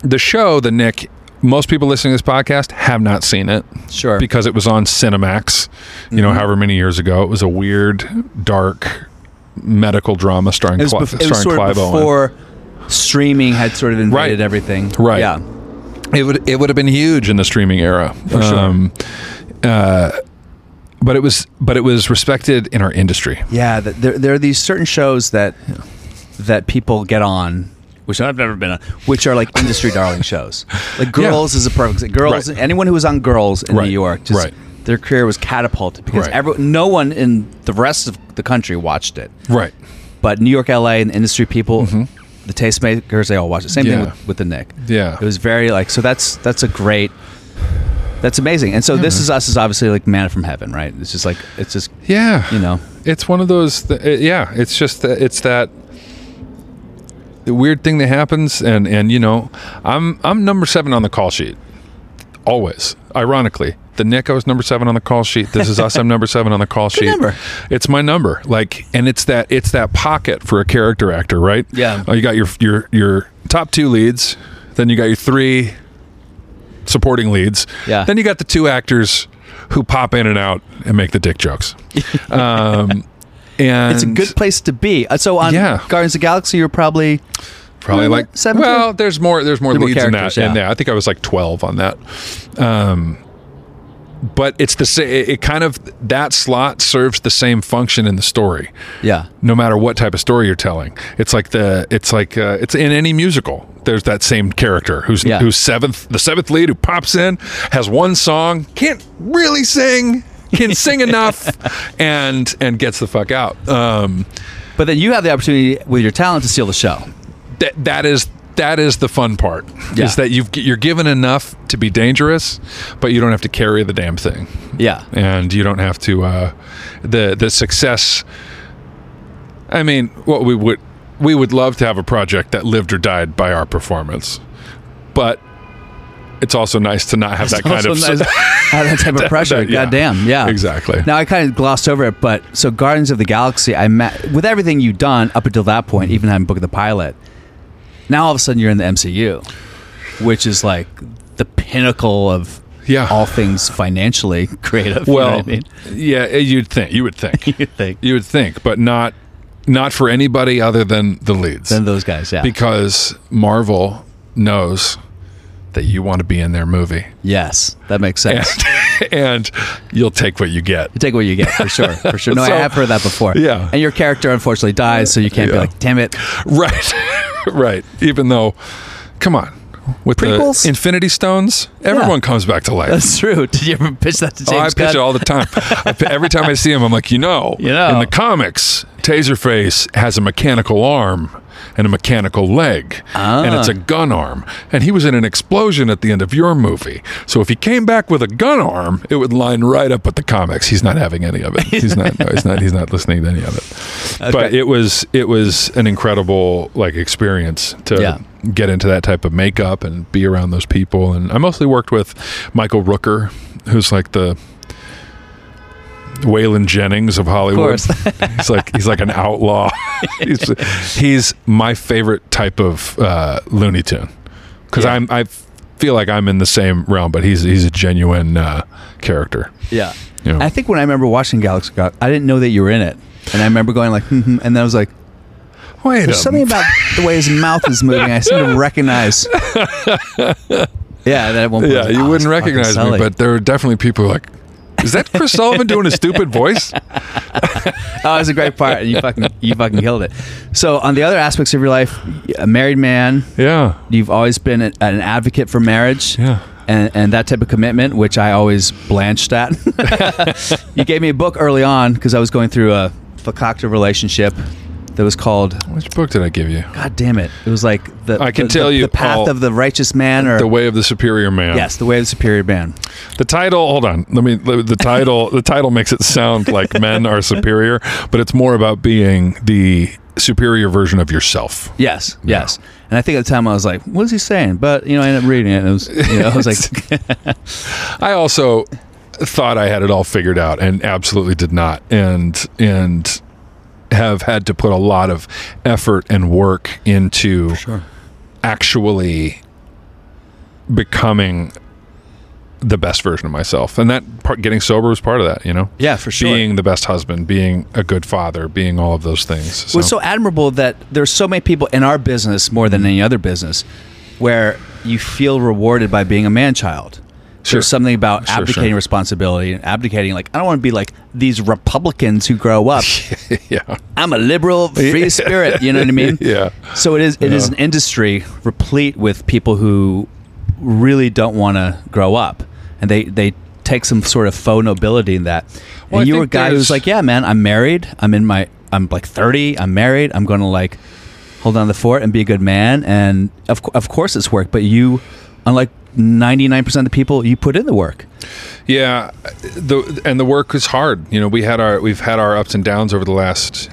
B: the show, the Nick. Most people listening to this podcast have not seen it
A: Sure. Mm-hmm.
B: because it was on Cinemax, you know, however many years ago. It was a weird, dark medical drama starring,
A: it was,
B: Cli-
A: bef- it was
B: starring
A: sort of
B: Clive Owen.
A: before streaming had sort of invaded
B: Right.
A: everything.
B: Right.
A: Yeah.
B: It would it would have been huge in the streaming era.
A: sure.
B: uh, but it was but it was respected in our industry.
A: Yeah. th there, there are these certain shows that that people get on. Which I've never been on, which are
B: (laughs)
A: like industry darling shows. Like Girls is a perfect. Girls,
B: Right.
A: anyone who was on Girls in
B: Right.
A: New York, just
B: Right.
A: their career was catapulted because
B: Right.
A: every, no one in the rest of the country watched it.
B: Right.
A: but New York, LA, and industry people, the tastemakers, they all watch it. Same
B: Mm-hmm.
A: thing
B: Yeah.
A: with, with the Nick.
B: Yeah.
A: it was very like so. That's that's a great. That's amazing. And so this is us is obviously like manna from heaven, right? It's just like it's just
B: Yeah.
A: you know
B: It's one of those. Th- it- yeah. It's just that it's that the weird thing that happens, and and you know, I'm I'm number seven on the call sheet. always. Ironically, the Nick I was number seven on the call sheet. This is us. I'm number seven on the call sheet.
A: number.
B: It's my number. Like, and it's that it's that pocket for a character actor, right?
A: Yeah.
B: Oh, you got your your your top two leads, then you got your three supporting leads.
A: Yeah.
B: Then you got the two actors who pop in and out and make the dick jokes. um, and
A: It's a good place to be. Uh, So on
B: Yeah.
A: Guardians of the Galaxy, you're probably
B: probably like
A: Seven,
B: well there's more there's more
A: There were
B: leads in that
A: characters,
B: in
A: yeah.
B: that i think i was like 12 on that um but it's the same it, it kind of that slot serves the same function in the story
A: yeah.
B: no matter what type of story you're telling it's like the it's like uh, it's in any musical there's that same character who's
A: Yeah.
B: who's seventh the seventh lead who pops in has one song can't really sing can sing
A: (laughs)
B: enough and and gets the fuck out um
A: But then you have the opportunity with your talent to steal the show.
B: that that is that is the fun part
A: Yeah.
B: is that you've you're given enough to be dangerous but you don't have to carry the damn thing
A: Yeah.
B: and you don't have to uh the the success i mean what we would we would love to have a project that lived or died by our performance but it's also nice to not have that kind of (laughs)
A: Also nice- (laughs) have that type of pressure.
B: that- yeah.
A: Goddamn. Yeah.
B: Exactly.
A: Now I kind of glossed over it, but so Guardians of the Galaxy, I met with everything you've done up until that point, even having booked the pilot. Now all of a sudden you're in the MCU, which is like the pinnacle of
B: Yeah.
A: all things financially (laughs) creative. you know
B: well
A: what I mean? (laughs)
B: yeah eh, you'd think you would think
A: you think
B: you would think but not not for anybody other than the leads
A: than those guys? Yeah.
B: because Marvel knows that you want to be in their (laughs) movie,
A: yes, that makes
B: and,
A: sense.
B: and you'll take what you get.
A: You take what you get for
B: (laughs)
A: sure, for sure. No,
B: So-
A: I have heard that before.
B: Yeah.
A: and your character unfortunately dies, so you can't be
B: Yeah.
A: like, "Damn it!"
B: Right, (laughs) right. Even though, come on, with
A: Prequels?
B: the Infinity Stones, everyone comes back to life.
A: That's true. Did you ever pitch that to James
B: Oh, I
A: Gunn?
B: pitch it all
A: (laughs)
B: the time. I, pi- every time I see him, I'm like, you know,
A: You know.
B: in the comics, Taserface has a mechanical arm and a mechanical leg, and it's a
A: Ah.
B: gun arm. And he was in an explosion at the end of your movie. So if he came back with a gun arm, it would line right up with the comics. He's not having any of it. He's not. No, he's not. He's not listening to any of it. But it was it was an incredible like experience to
A: Yeah.
B: get into that type of makeup and be around those people. And I mostly worked with Michael Rooker, who's like the Waylon Jennings of Hollywood.
A: course.
B: (laughs) he's like he's like
A: (laughs)
B: an outlaw. he's, he's my favorite type of uh, Looney Tune because I'm I feel like I'm in the same realm, but he's he's a genuine uh, character.
A: Yeah.
B: Yeah.
A: I think when I remember watching Galaxy God, I didn't know that you were in it. And I remember going like, mm-hmm, and then I was like,
B: Wait,
A: there's something about the way his mouth is moving. I seem to
B: (laughs)
A: recognize. yeah, and then at one point, I was
B: yeah,
A: like,
B: you
A: "Oh, it's fucking
B: wouldn't recognize me,
A: Sully."
B: but there are definitely people who are like. Is that Chris Sullivan doing a stupid
A: (laughs)
B: voice?
A: oh, it was a great part, and you fucking you fucking killed it. So on the other aspects of your life, a married man,
B: Yeah.
A: you've always been an an advocate for marriage.
B: Yeah.
A: And, and that type of commitment, which I always blanched
B: (laughs)
A: at. you gave me a book early on because I was going through a fakakta relationship that was called
B: Which book did I give you?
A: God damn it! It was like the
B: I can
A: the-
B: tell
A: the,
B: you
A: the path
B: all-
A: of the righteous man, or
B: The Way of the Superior Man.
A: yes, the way of the superior man.
B: The title, hold on. Let me the, the title the title makes it sound like men are superior, but it's more about being the superior version of yourself.
A: Yes, yes. And I think at the time I was like, "What is he saying?" But you know, I ended up reading it, and it was, you know, I was
B: (laughs)
A: like,
B: I also thought I had it all figured out and absolutely did not and and have had to put a lot of effort and work into actually becoming the best version of myself. And that part getting sober was part of that, you know.
A: "Yeah, for sure."
B: Being the best husband, being a good father, being all of those things. So.
A: Well, it's so admirable that there's so many people in our business more than any other business where you feel rewarded by being a man child.
B: Sure.
A: There's something about
B: Sure,
A: abdicating
B: sure.
A: responsibility and abdicating like I don't want to be like these Republicans who grow
B: (laughs)
A: up.
B: yeah,
A: I'm a liberal free spirit, you know what I mean?
B: (laughs) yeah,
A: So it is It is an
B: Yeah.
A: industry replete with people who really don't want to grow up and they they take some sort of faux nobility in that.
B: Well, I
A: and you were a
B: think
A: guy
B: there's-
A: who's like, "Yeah, man, I'm married. I'm in my I'm like 30. I'm married. I'm going to like hold on to the fort and be a good man." And of cou- of course it's work, but you unlike 99% of the people, you put in the work.
B: yeah. The and the work is hard. You know, we had our we've had our ups and downs over the last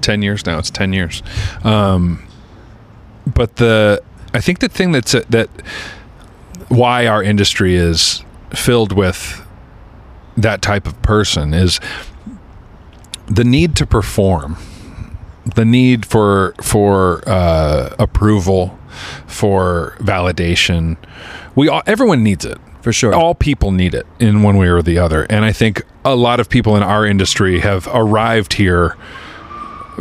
B: ten years now. It's ten years, um, but the I think the thing that's that why our industry is filled with that type of person is the need to perform the need for for uh, approval for validation we all everyone needs it
A: For sure.
B: all people need it in one way or the other and i think a lot of people in our industry have arrived here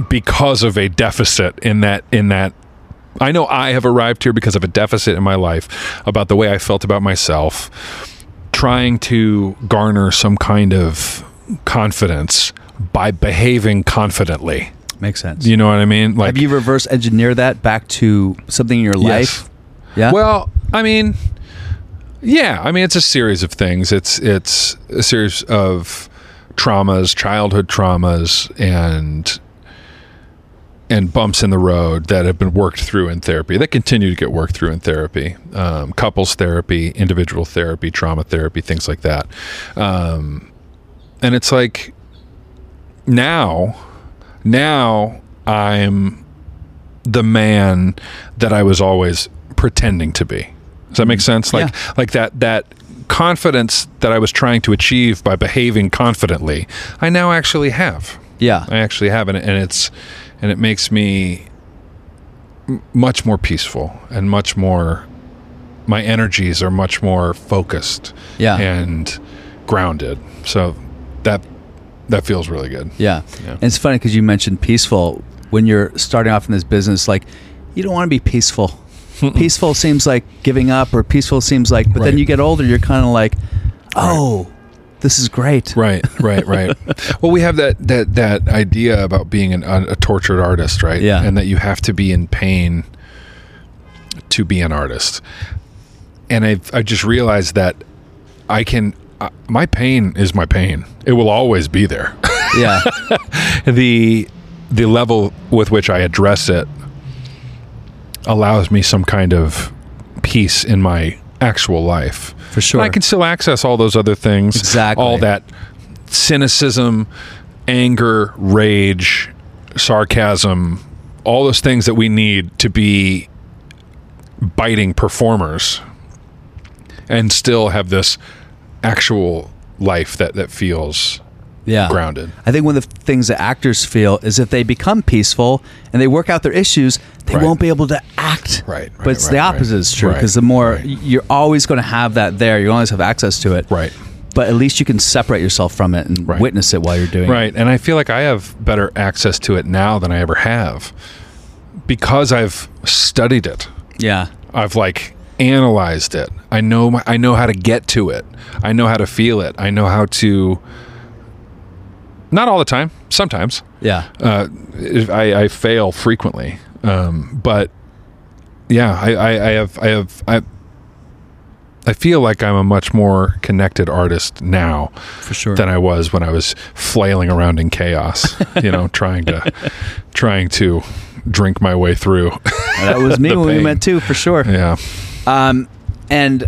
B: because of a deficit in that in that I know I have arrived here because of a deficit in my life about the way I felt about myself, trying to garner some kind of confidence by behaving confidently.
A: Makes sense.
B: You know what I mean? Like
A: Have you reverse engineer that back to something in your
B: Yes.
A: life? Yeah.
B: Well, I mean, yeah, I mean it's a series of things. It's it's a series of traumas, childhood traumas, and and bumps in the road that have been worked through in therapy that continue to get worked through in therapy, um, couples therapy, individual therapy, trauma therapy, things like that. Um, and it's like now, now I'm the man that I was always pretending to be. Does that make sense? Like
A: Yeah.
B: like that that confidence that I was trying to achieve by behaving confidently, I now actually have.
A: yeah.
B: I actually have and, and it's and it makes me m- much more peaceful and much more my energies are much more focused
A: Yeah.
B: and grounded. So that that feels really good.
A: Yeah.
B: Yeah.
A: And it's funny because you mentioned peaceful. When you're starting off in this business, like, you don't want to be peaceful. peaceful seems like giving up, or peaceful seems like, but
B: Right.
A: then you get older, you're kind of like, oh, this is great.
B: Right, right, right. (laughs) well, we have that that that idea about being an, a tortured artist, right?
A: Yeah.
B: and that you have to be in pain to be an artist. And I I just realized that I can uh, my pain is my pain. It will always be there. (laughs)
A: Yeah.
B: the the level with which I address it allows me some kind of peace in my actual life.
A: For sure.
B: And I can still access all those other things.
A: Exactly.
B: All that cynicism, anger, rage, sarcasm, all those things that we need to be biting performers and still have this actual life that, that feels
A: Yeah.
B: grounded.
A: I think one of the things that actors feel is if they become peaceful and they work out their issues, they
B: Right.
A: won't be able to act.
B: Right, right,
A: But it's the
B: right,
A: opposite
B: right.
A: is true because
B: Right,
A: the more
B: right.
A: you're always going to have that there, you always have access to it.
B: Right.
A: But at least you can separate yourself from it and
B: Right.
A: witness it while you're doing it.
B: Right. And I feel like I have better access to it now than I ever have because I've studied it.
A: Yeah.
B: I've like analyzed it. I know my, I know how to get to it. I know how to feel it. I know how to not all the time, sometimes.
A: Yeah.
B: Uh, if I, I fail frequently. Um, but yeah, I, I, I have I have I I feel like I'm a much more connected artist now
A: For sure.
B: than I was when I was flailing around in chaos, you know, trying to trying to drink my way through. (laughs)
A: that was me
B: the
A: when we
B: pain.
A: met too, for sure.
B: yeah.
A: Um, and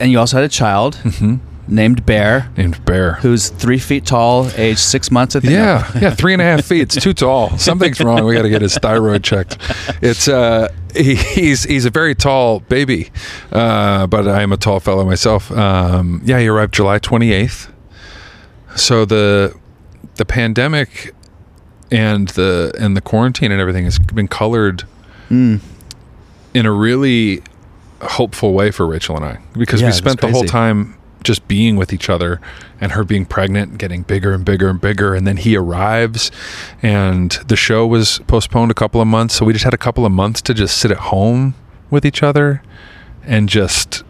A: and you also had a child
B: Mm-hmm.
A: named Bear,
B: Named Bear.
A: who's three feet tall, age six months. I think.
B: yeah, yeah, three and a half feet. It's too tall. Something's wrong. We got to get his thyroid checked. It's uh, he, he's he's a very tall baby, uh, but I am a tall fellow myself. Um, yeah, he arrived July twenty eighth. So the the pandemic and the and the quarantine and everything has been colored
A: Mm.
B: in a really hopeful way for Rachel and I because
A: Yeah,
B: we
A: that's
B: spent the whole
A: crazy.
B: time just being with each other and her being pregnant and getting bigger and bigger and bigger and then he arrives and the show was postponed a couple of months so we just had a couple of months to just sit at home with each other and just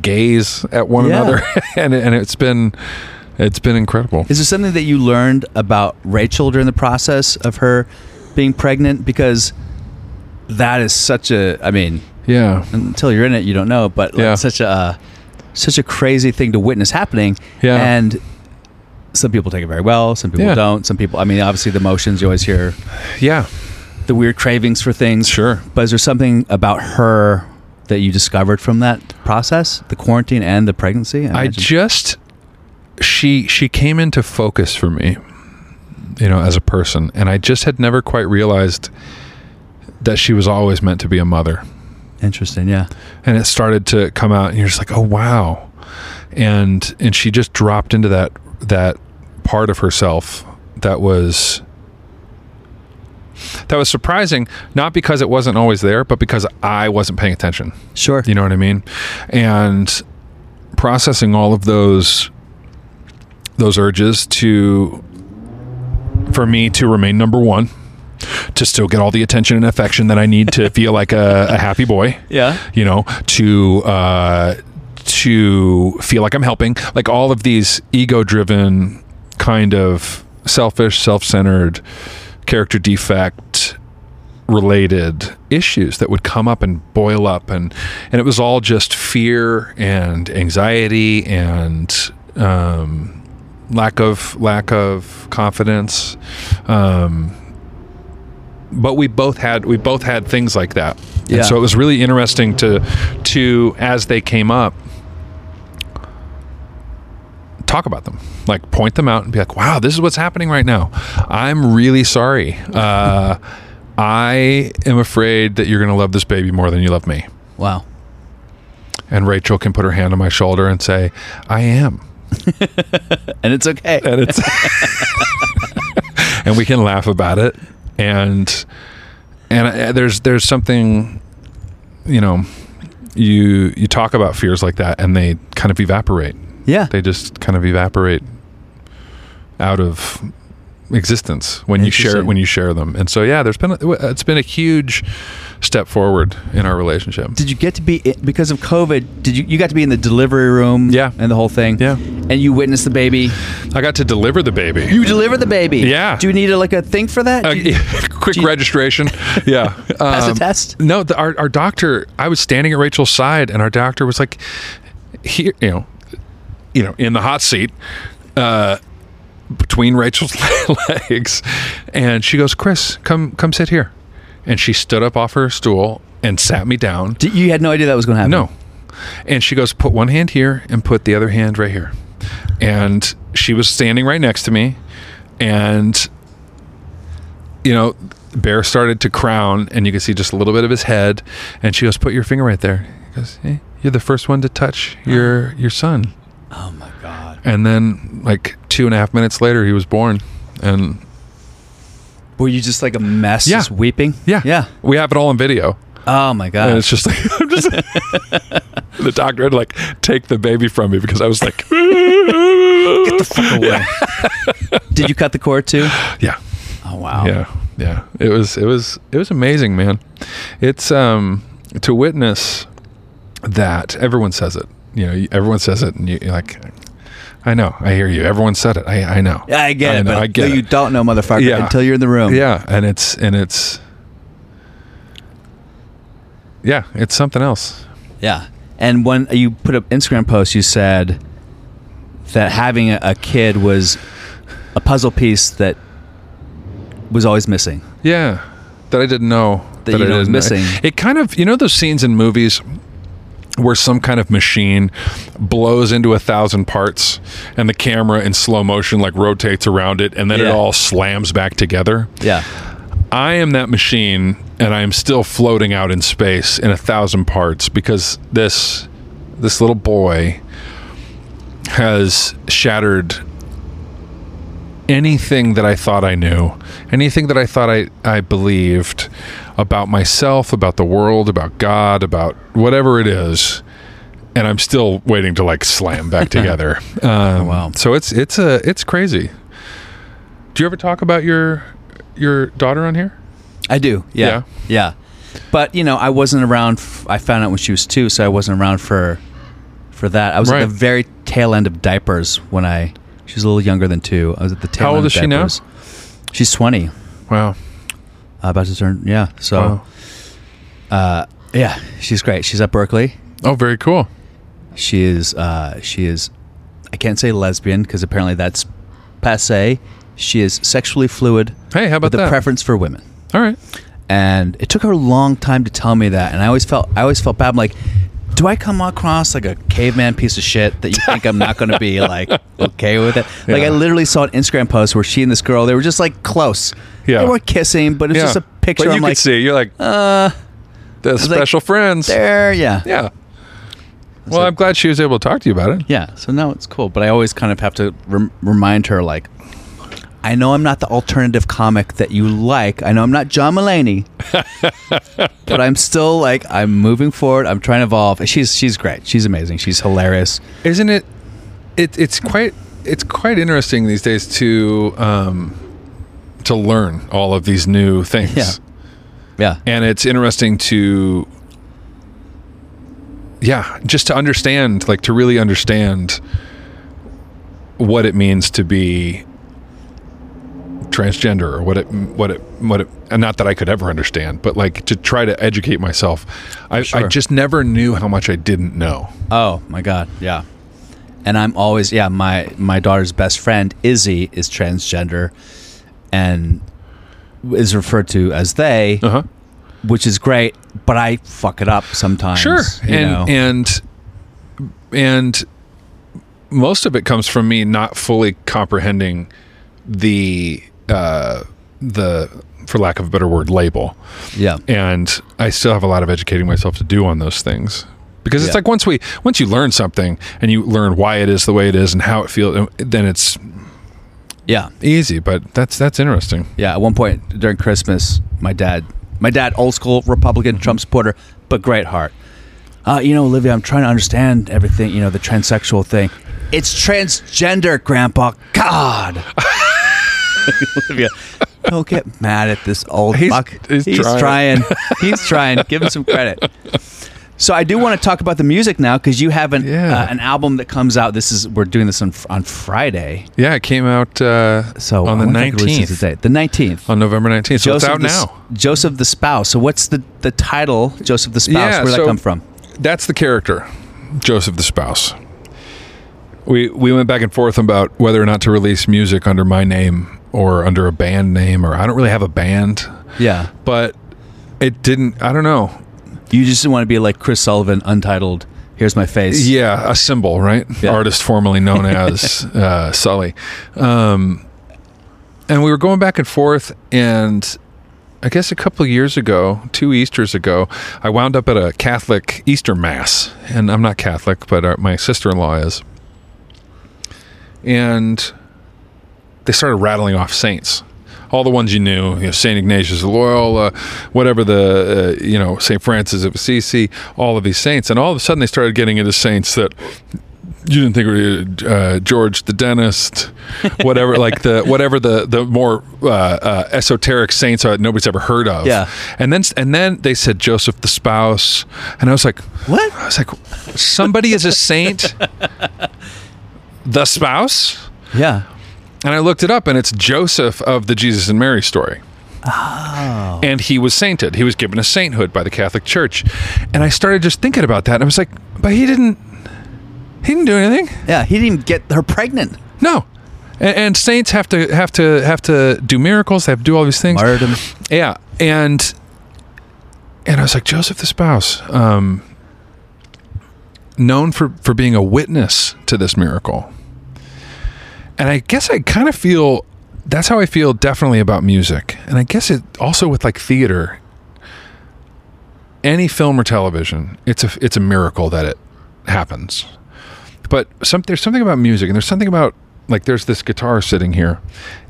B: gaze at one
A: Yeah.
B: another (laughs) and and it's been it's been incredible.
A: Is there something that you learned about Rachel during the process of her being pregnant? Because that is such a, I mean,
B: Yeah.
A: until you're in it, you don't know, but like
B: Yeah.
A: such a, uh, such a crazy thing to witness happening.
B: Yeah.
A: And some people take it very well. Some people
B: Yeah.
A: don't. Some people, I mean, obviously the emotions you always hear,
B: Yeah.
A: the weird cravings for things.
B: Sure.
A: But is there something about her that you discovered from that process, the quarantine and the pregnancy?
B: I
A: imagine?
B: just she she came into focus for me, you know, as a person, and I just had never quite realized that she was always meant to be a mother.
A: Interesting. Yeah.
B: and it started to come out and you're just like oh wow and and she just dropped into that that part of herself that was that was surprising not because it wasn't always there but because i wasn't paying attention
A: Sure.
B: you know what i mean and processing all of those those urges to for me to remain number one to still get all the attention and affection that i need to (laughs) feel like a, a happy boy
A: yeah.
B: you know, to uh, to feel like I'm helping, like all of these ego-driven, kind of selfish, self-centered, character defect related issues that would come up and boil up and and it was all just fear and anxiety and um lack of lack of confidence um but we both had we both had things like that
A: Yeah.
B: and so it was really interesting to to as they came up talk about them like point them out and be like wow this is what's happening right now i'm really sorry uh i am afraid that you're gonna love this baby more than you love me
A: Wow.
B: and rachel can put her hand on my shoulder and say i am
A: And it's okay.
B: and it's (laughs) and we can laugh about it and and uh, there's there's something you know you you talk about fears like that and they kind of evaporate
A: Yeah.
B: they just kind of evaporate out of existence when you share
A: Interesting.
B: when you share them and so yeah there's been a, it's been a huge step forward in our relationship
A: did you get to be because of COVID? Did you you got to be in the delivery room?
B: Yeah.
A: and the whole thing.
B: Yeah.
A: and you witnessed the baby.
B: i got to deliver the baby
A: You deliver the baby.
B: Yeah.
A: Do you need a, like a thing for that?
B: Uh,
A: Do you-
B: (laughs) quick
A: do you-
B: registration. Yeah.
A: (laughs) Pass a
B: Um,
A: test?
B: No, the, our, our doctor, I was standing at Rachel's side and our doctor was like, here, you know, you know, in the hot seat, uh, between Rachel's (laughs) legs. And she goes, Chris, come, come sit here. And she stood up off her stool and sat me down.
A: Did- you had no idea that was going to happen.
B: No. And she goes, put one hand here and put the other hand right here. And she was standing right next to me. And, you know, Bear started to crown, and you could see just a little bit of his head. And she goes, put your finger right there. He goes, hey, you're the first one to touch your, your son.
A: Oh my god.
B: And then, like, two and a half minutes later, he was born. And
A: Were you just like a mess?
B: Yeah.
A: Just weeping.
B: yeah,
A: Yeah.
B: we have it all on video.
A: Oh my god.
B: And it's just like (laughs) I'm just the doctor had to like take the baby from me because I was
A: (laughs)
B: like
A: away. Did you cut the cord too?
B: Yeah.
A: Oh wow.
B: Yeah. Yeah. It was it was it was amazing, man. It's um to witness that everyone says it. You know, you- everyone says it and you you're like I know, I hear you. Everyone said it. I I know.
A: Yeah, I get it,
B: know,
A: but
B: I get
A: no, you
B: it.
A: don't know, motherfucker,
B: Yeah.
A: until you're in the room.
B: Yeah, and it's and it's Yeah, it's something else.
A: Yeah. And when you put up Instagram post, you said that having a, a kid was a puzzle piece that was always missing.
B: Yeah, that I didn't know
A: That you
B: I
A: know is
B: didn't
A: missing.
B: It kind of you know those scenes in movies where some kind of machine blows into a thousand parts and the camera in slow motion like rotates around it and then
A: Yeah.
B: it all slams back together.
A: Yeah.
B: I am that machine and I am still floating out in space in a thousand parts because this this little boy has shattered anything that I thought I knew, anything that I thought I, I believed about myself, about the world, about God, about whatever it is. And I'm still waiting to like slam (laughs) back together. Um,
A: wow.
B: So it's it's a it's crazy. Do you ever talk about your your daughter on here?
A: I do. Yeah. Yeah. But, you know, I wasn't around f- I found out when she was 2, so I wasn't around for for that. I was at
B: Right.
A: the very tail end of diapers when I she was a little younger than 2. I was at the tail
B: How
A: end
B: old
A: of
B: is she now?
A: diapers. She's 20.
B: Wow.
A: about to turn yeah. So
B: Wow.
A: yeah, she's great. She's at Berkeley.
B: Oh, very cool.
A: She is. Uh, she is. I can't say lesbian because apparently that's passe. She is sexually fluid.
B: Hey, how about
A: with a
B: that?
A: preference for women.
B: All right.
A: And it took her a long time to tell me that. And I always felt. I always felt bad. I'm like, do I come across like a caveman piece of shit that you think I'm not going to
B: (laughs)
A: be like okay with it? Like I
B: Yeah.
A: literally saw an Instagram post where she and this girl they were just like close.
B: Yeah.
A: They were kissing, but it's
B: Yeah.
A: just a picture.
B: But you
A: I'm
B: could
A: like,
B: see. You're like, the
A: like,
B: special friends.
A: There, yeah.
B: Yeah. Well, I'm glad she was able to talk to you about it.
A: Yeah, so now it's cool, but I always kind of have to rem- remind her, like, I know I'm not the alternative comic that you like. I know I'm not John
B: (laughs)
A: Mulaney, but I'm still like I'm moving forward. I'm trying to evolve. She's she's great. She's amazing. She's hilarious.
B: Isn't it? It it's quite it's quite interesting these days to um, to learn all of these new things.
A: Yeah. Yeah,
B: and it's interesting to yeah just to understand like to really understand what it means to be transgender or what it what it what it and not that I could ever understand but like to try to educate myself I, I
A: Sure.
B: just never knew how much I didn't know
A: Oh my god, yeah. And I'm always yeah, my my daughter's best friend Izzy is transgender and is referred to as they,
B: uh-huh
A: which is great, but I fuck it up sometimes.
B: Sure,
A: you
B: and
A: know.
B: and and most of it comes from me not fully comprehending the uh, the, for lack of a better word, label.
A: yeah.
B: And I still have a lot of educating myself to do on those things because it's
A: Yeah.
B: like once we once you learn something and you learn why it is the way it is and how it feels, then it's
A: Yeah.
B: easy. But that's that's interesting.
A: Yeah, at one point during Christmas, my dad, my dad, old school
B: Mm-hmm.
A: Republican Trump supporter, but great heart. Uh, you know, Olivia, I'm trying to understand everything. You know, the transsexual thing. It's transgender, Grandpa.
B: (laughs)
A: God. Olivia, don't get mad at this old
B: He's-
A: fuck.
B: he's
A: trying.
B: trying. (laughs)
A: He's trying. Give him some credit. So I do want to talk about the music now because you have an
B: Yeah.
A: uh, an album that comes out. This is we're doing this on on Friday.
B: Yeah, it came out uh,
A: So
B: on the
A: I wonder if I can release this
B: nineteenth.
A: today. The nineteenth.
B: On November nineteenth, so it's out
A: the,
B: now.
A: S- Joseph the Spouse. So what's the, the title, Joseph the Spouse? Where'd
B: so
A: that come from?
B: That's the character, Joseph the spouse. We we went back and forth about whether or not to release music under my name or under a band name, or I don't really have a band,
A: Yeah.
B: but it didn't. I don't know.
A: You just want to be like Chris Sullivan, untitled. Here's my face.
B: Yeah, a symbol, right?
A: Yeah.
B: Artist formerly known as uh, Sully. Um, and we were going back and forth, and I guess a couple of years ago, two Easter's ago, I wound up at a Catholic Easter Mass, and I'm not Catholic, but uh my sister-in-law is, and they started rattling off saints. All the ones you knew, you know, Saint Ignatius of Loyola, whatever the uh, you know Saint Francis of Assisi, all of these saints, and all of a sudden they started getting into saints that you didn't think were uh, George the dentist, whatever, like the whatever the the more uh, uh, esoteric saints are that nobody's ever heard of.
A: Yeah.
B: and then and then they said Joseph the spouse, and I was like,
A: What?
B: I was like, somebody is a saint, the spouse.
A: Yeah.
B: And I looked it up, and it's Joseph of the Jesus and Mary story. Oh. And he was sainted. He was given a sainthood by the Catholic Church. And I started just thinking about that. And I was like, but he didn't. He didn't do anything.
A: Yeah. He didn't even get her pregnant.
B: No. And, and saints have to have to have to do miracles. They have to do all these things.
A: Martyrdom.
B: Yeah, and and I was like Joseph the spouse, um, known for for being a witness to this miracle, and I guess I kind of feel that's how I feel definitely about music, and I guess it also with like theater, any film or television, it's a it's a miracle that it happens, but some there's something about music, and there's something about like there's this guitar sitting here,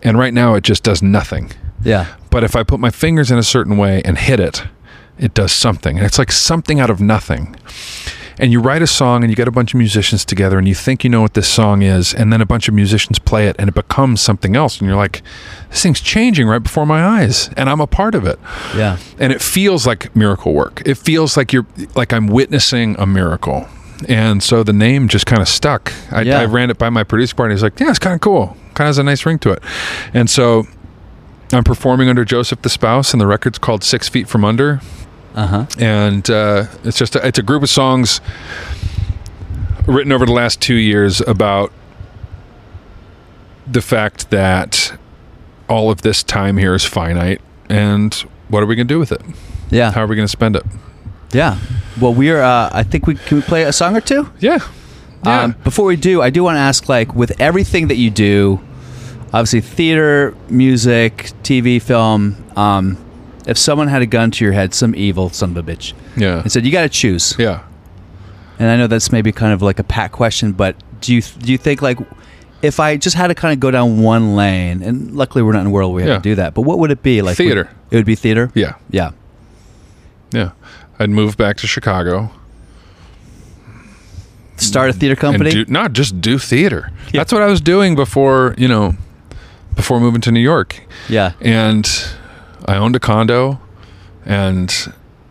B: and right now it just does nothing
A: Yeah.
B: but if I put my fingers in a certain way and hit it, it does something. And it's like something out of nothing. And you write a song and you get a bunch of musicians together and you think you know what this song is, and then a bunch of musicians play it and it becomes something else. And you're like, this thing's changing right before my eyes, and I'm a part of it.
A: Yeah.
B: And it feels like miracle work. It feels like you're like I'm witnessing a miracle. And so the name just kind of stuck. I,
A: Yeah.
B: I ran it by my producer partner. He's like, "Yeah, it's kind of cool. Kind of has a nice ring to it." And so I'm performing under Joseph the Spouse, and the record's called Six Feet From Under.
A: Uh huh.
B: And uh, it's just a, it's a group of songs written over the last two years about the fact that all of this time here is finite, and what are we going to do with it?
A: Yeah.
B: How are we going to spend it?
A: Yeah. Well, we're. Uh, I think we can we play a song or two.
B: Yeah, yeah.
A: Um, before we do, I do want to ask, like, with everything that you do, obviously theater, music, TV, film, um, if someone had a gun to your head, some evil son of a bitch,
B: Yeah.
A: and said you got to choose,
B: yeah.
A: and I know that's maybe kind of like a pat question, but do you do you think like if I just had to kind of go down one lane, and luckily we're not in a world where we have to
B: Yeah.
A: do that, but what would it be like?
B: Theater.
A: would- it would be theater.
B: Yeah.
A: Yeah.
B: Yeah. I'd move back to Chicago
A: Start a theater
B: Mm. and
A: company.
B: do, not just do theater. That's what I was doing before, you know, before moving to New York.
A: yeah.
B: And I owned a condo and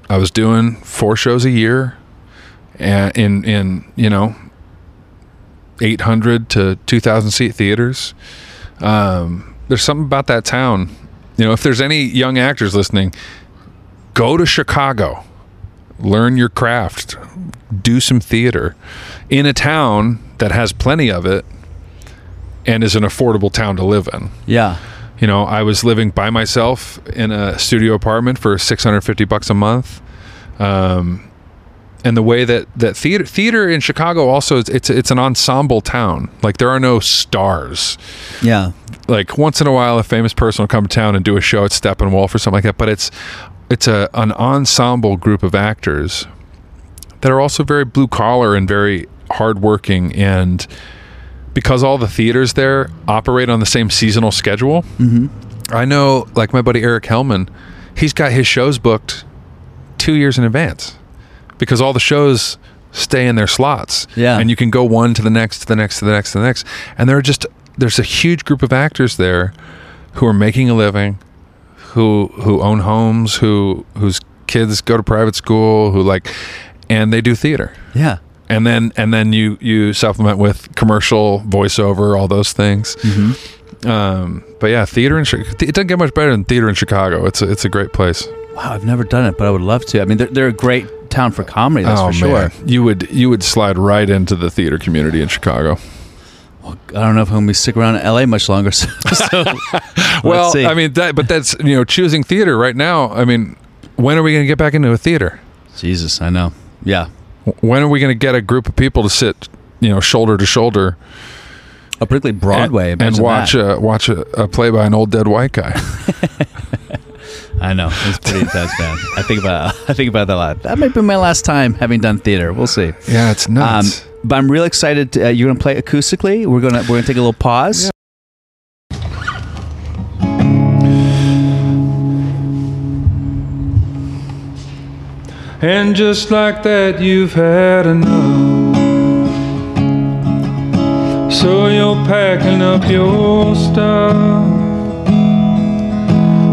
B: I was doing four shows a year and in in, you know, 800 to 2000 seat theaters. Um, there's something about that town. You know, if there's any young actors listening, go to Chicago. Learn your craft. Do some theater in a town that has plenty of it and is an affordable town to live in.
A: Yeah.
B: You know, I was living by myself in a studio apartment for 650 bucks a month. Um, and the way that, that theater theater in Chicago also it's, it's it's an ensemble town. Like there are no stars.
A: Yeah.
B: Like once in a while, a famous person will come to town and do a show at Steppenwolf or something like that. But it's it's a an ensemble group of actors that are also very blue collar and very hardworking. And because all the theaters there operate on the same seasonal schedule, I know, like my buddy Eric Hellman, he's got his shows booked two years in advance because all the shows stay in their slots.
A: Yeah.
B: And you can go one to the next, to the next, to the next, to the next. And there are just, there's a huge group of actors there who are making a living, who, who own homes, who, whose kids go to private school, who like, and they do theater.
A: Yeah.
B: And then, and then you, you supplement with commercial voiceover, all those things.
A: Mm-hmm.
B: Um, but yeah, theater in Chi- it doesn't get much better than theater in Chicago. It's a, it's a great place.
A: Wow, I've never done it, but I would love to. I mean, they're, they're a great town for comedy, that's
B: Oh,
A: for sure.
B: you would you would slide right into the theater community in Chicago.
A: I don't know if I'm going to stick around in LA much longer. (laughs) So, so
B: (laughs) Well,
A: let's see.
B: I mean that, but that's you know choosing theater right now. I mean, when are we going to get back into a theater?
A: Jesus, I know. Yeah.
B: W- When are we going to get a group of people to sit you know shoulder to shoulder
A: Oh, particularly
B: and-
A: Broadway.
B: and,
A: imagine
B: watch
A: that.
B: a watch a, a play by an old dead white guy? (laughs)
A: I know. It's pretty intense, man. I think about I think about that a lot. That might be my last time having done theater. We'll see.
B: yeah, it's
A: Um,
B: nuts.
A: but I'm real excited. To, uh, you're going to play acoustically. We're going to we're going to take a little pause.
B: And just like that, you've had enough. So you're packing up your stuff.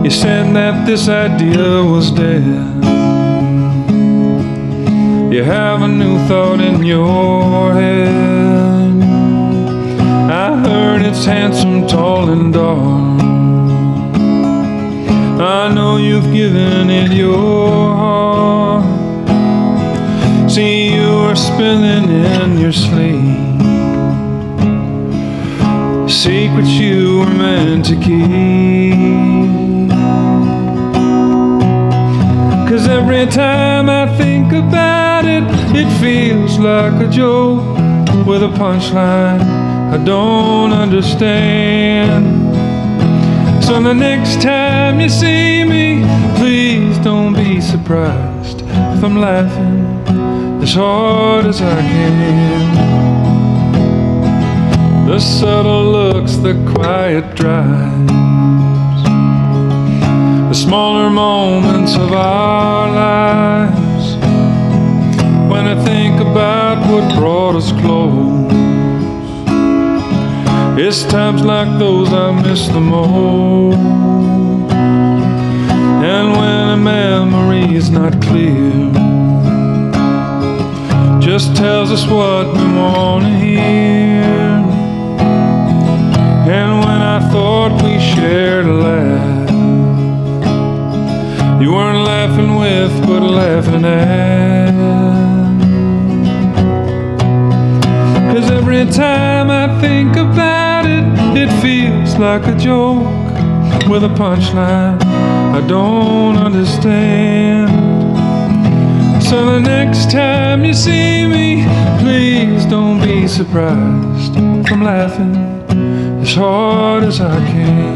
B: You said that this idea was dead. You have a new thought in your head. I heard it's handsome, tall, and dark. I know you've given it your heart. See, you are spilling in your sleep. Secrets you were meant to keep. Cause every time I think about it, it feels like a joke with a punchline I don't understand. So the next time you see me, please don't be surprised if I'm laughing as hard as I can. The subtle looks, the quiet drives, the smaller moments of our lives. When I think about what brought us close. It's times like those I miss the most. And when a memory is not clear, just tells us what we want to hear. And when I thought we shared a laugh, you weren't laughing with, but laughing at. Cause every time I think about it, it feels like a joke with a punchline I don't understand. So the next time you see me, please don't be surprised. I'm laughing as hard as I can.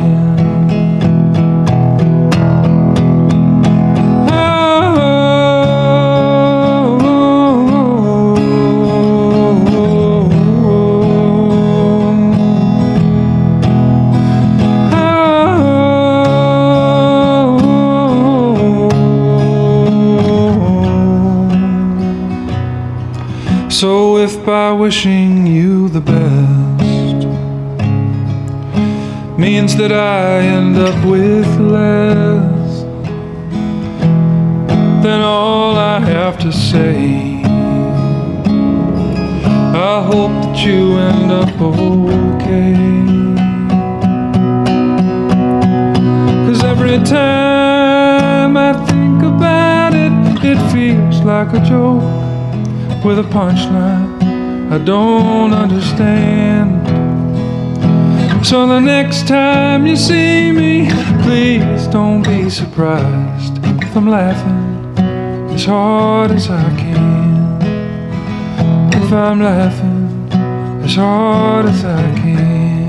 D: wishing you the best means that I end up with less than all I have to say. I hope that you end up okay. Cause every time I think about it, it feels like a joke with a punchline I don't understand. So the next time you see me, please don't be surprised if I'm laughing as hard as I can. If I'm laughing as hard as I can.